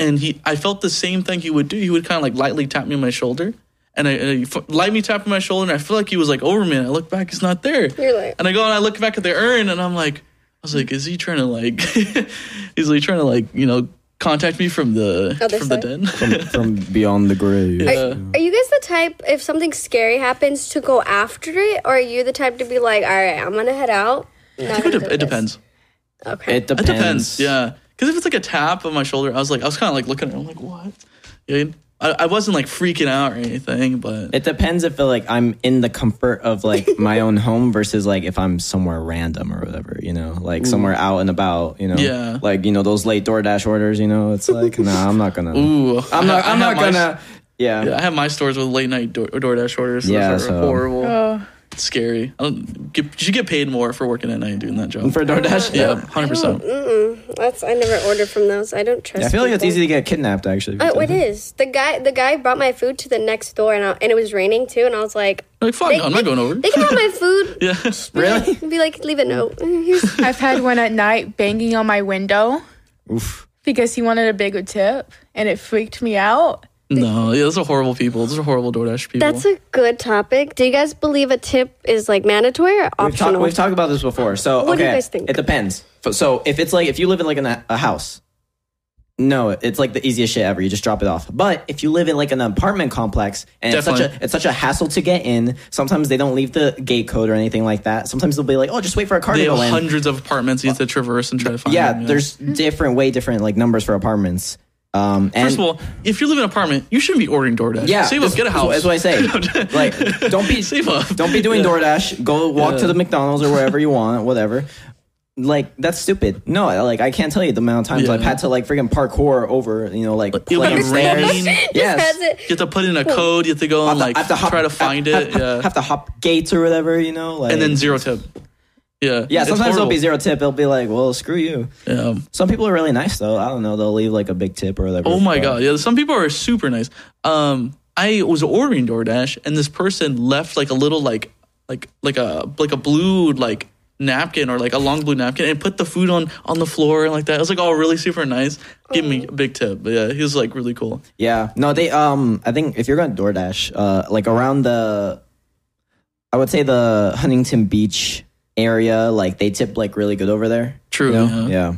and he, I felt the same thing he would do. He would kind of like lightly tap me on my shoulder, and I and he f- lightly tap on my shoulder, and I feel like he was like over me. And I look back, he's not there.
You're like-
and I go and I look back at the urn, and I'm like, I was like, is he trying to like, is he trying to like, you know, contact me from the
Other
from
side?
the den?
from beyond the grave.
Yeah.
Are you guys the type if something scary happens to go after it, or are you the type to be like, all right, I'm gonna head out? Not
It,
gonna
dep-
do
it
this."
depends.
Okay.
It
It
depends.
depends. Yeah. Because if it's like a tap on my shoulder, I was like, I was kind of like looking at it, I'm like, what? Yeah, I, I wasn't like freaking out or anything, but
It depends if like I'm in the comfort of like my own home versus like if I'm somewhere random or whatever, you know, like somewhere out and about, you know,
Yeah.
like you know those late DoorDash orders, you know, it's like nah, I'm not gonna,
ooh,
I'm not,
I have
I'm not
my-
gonna, yeah.
I have my stores with late night door, DoorDash orders. So
Yeah,
those are
so-
horrible.
Oh.
It's scary. I don't. Get, you should get paid more for working at night doing that job.
for DoorDash.
yeah, hundred percent.
That's I never ordered from those. I don't trust.
I feel like it's
people.
easy to get kidnapped actually.
Oh, it is. The guy, the guy brought my food to the next door, and I, and it was raining too. And I was like,
Like fuck,
They-
no, I'm not going over.
they can have my food.
Yeah,
Really?
Be like, leave a note. Here's-
I've had one at night banging on my window
Oof.
because he wanted a bigger tip and it freaked me out.
No, yeah, those are horrible people. Those are horrible DoorDash people.
That's a good topic. Do you guys believe a tip is like mandatory or
We've, talked
optional?
we've talked about this before. So
What do
okay,
you guys think?
it depends. F- So if it's like if you live in like an, a house, no, it's like the easiest shit ever. You just drop it off. But if you live in like an apartment complex and it's such a
Definitely.
it's such a hassle to get in, sometimes they don't leave the gate code or anything like that. Sometimes they'll be like, oh, just wait for a car
they Mm-hmm.
to
have
go in.
hundreds of apartments you have to traverse and try to find.
yeah,
them,
there's different way different like numbers for apartments. Um, and
First of all, if you live in an apartment, you shouldn't be ordering DoorDash.
yeah,
save up,
that's-
get a house.
That's what I say. like, don't be
Save up.
Don't be doing DoorDash. Go walk to the McDonald's or wherever you want, whatever. Like that's stupid. No, like I can't tell you the amount of times
Yeah.
I've had to like freaking parkour over, you know, like
It'll
playing
be
stairs.
raining.
Just
Yes.
has it.
You have to put in a code. You have to go and like try to find
have-
it.
have-
yeah,
have to hop gates or whatever, you know. Like,
and then zero tip. Yeah,
Yeah,
it's
sometimes it'll be
horrible.
zero tip. It'll be like, well, screw you.
Yeah.
Some people are really nice though. I don't know. They'll leave like a big tip or whatever.
Oh my
but-
god, yeah. Some people are super nice. Um, I was ordering DoorDash, and this person left like a little like like like a like a blue like napkin or like a long blue napkin and put the food on on the floor and like that. I was like, oh, really super nice. Give me a big tip. But yeah, he was like really cool.
Yeah. No, they um I think if you're going to DoorDash, uh like around the I would say the Huntington Beach area, like they tip like really good over there.
True.
you know?
Yeah.
Yeah.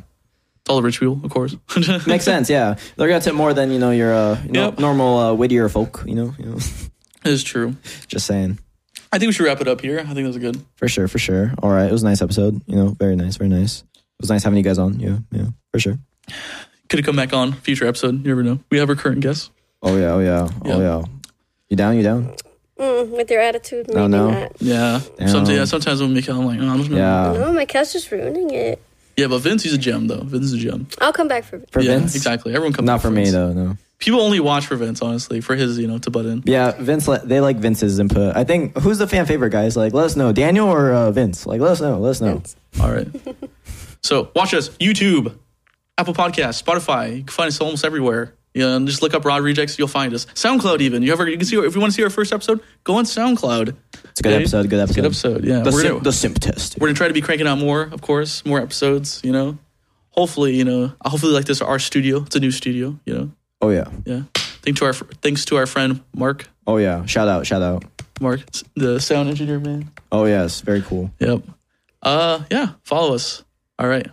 It's all the rich people, of course.
Makes sense, yeah. They're gonna tip more than, you know, your uh no-
Yep.
normal uh, Whittier folk, you know, you know.
It's true.
Just saying.
I think we should wrap it up here. I think that was good.
For sure, for sure. All right. It was a nice episode, you know, very nice, very nice. It was nice having you guys on. Yeah, yeah, for sure.
Could have come back on future episode. You never know. We have recurrent guests.
Oh yeah, oh yeah,
Yeah. Mm-hmm.
oh yeah. You down, you down?
Mm, with your attitude, maybe
No, Oh, no.
not.
Yeah.
Damn.
Sometimes, yeah. Sometimes when we come, I'm like, oh, I'm just gonna-
Yeah.
No, my cat's just ruining it.
Yeah, but Vince, he's a gem though. Vince is a gem.
I'll come back for.
For
yeah,
Vince?
exactly. Everyone comes.
Not
up
for me
Vince.
though, no.
People only watch for Vince, honestly, for his, you know, to butt in.
Yeah, Vince. li- They like Vince's input. I think who's the fan favorite, guys? Like, let us know, Daniel or uh, Vince. Like, let us know. Let us know.
All right. so watch us YouTube, Apple Podcasts, Spotify. You can find us almost everywhere. Yeah, and just look up Rod Rejects, you'll find us. SoundCloud, even you ever you can see if you want to see our first episode, go on SoundCloud.
It's a good
Okay?
episode. Good
It's a
episode.
good episode. Yeah,
The,
we're,
sim-
gonna,
the simp test.
we're gonna try to be cranking out more, of course, more episodes. You know, hopefully, you know, hopefully like this our studio. It's a new studio. You know,
Oh yeah.
yeah. Thanks to our fr- thanks to our friend Mark,
Oh yeah. Shout out. Shout out.
Mark, s- the sound engineer man.
Oh yes. Very cool.
Yep. Uh yeah, follow us. All right.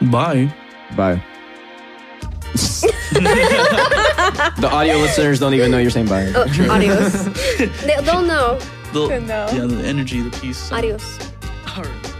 Bye.
Bye. the audio listeners don't even know you're saying bye.
Oh, adios. they, they'll know.
The,
Good enough.
yeah, the energy, the peace.
Adios.
All right.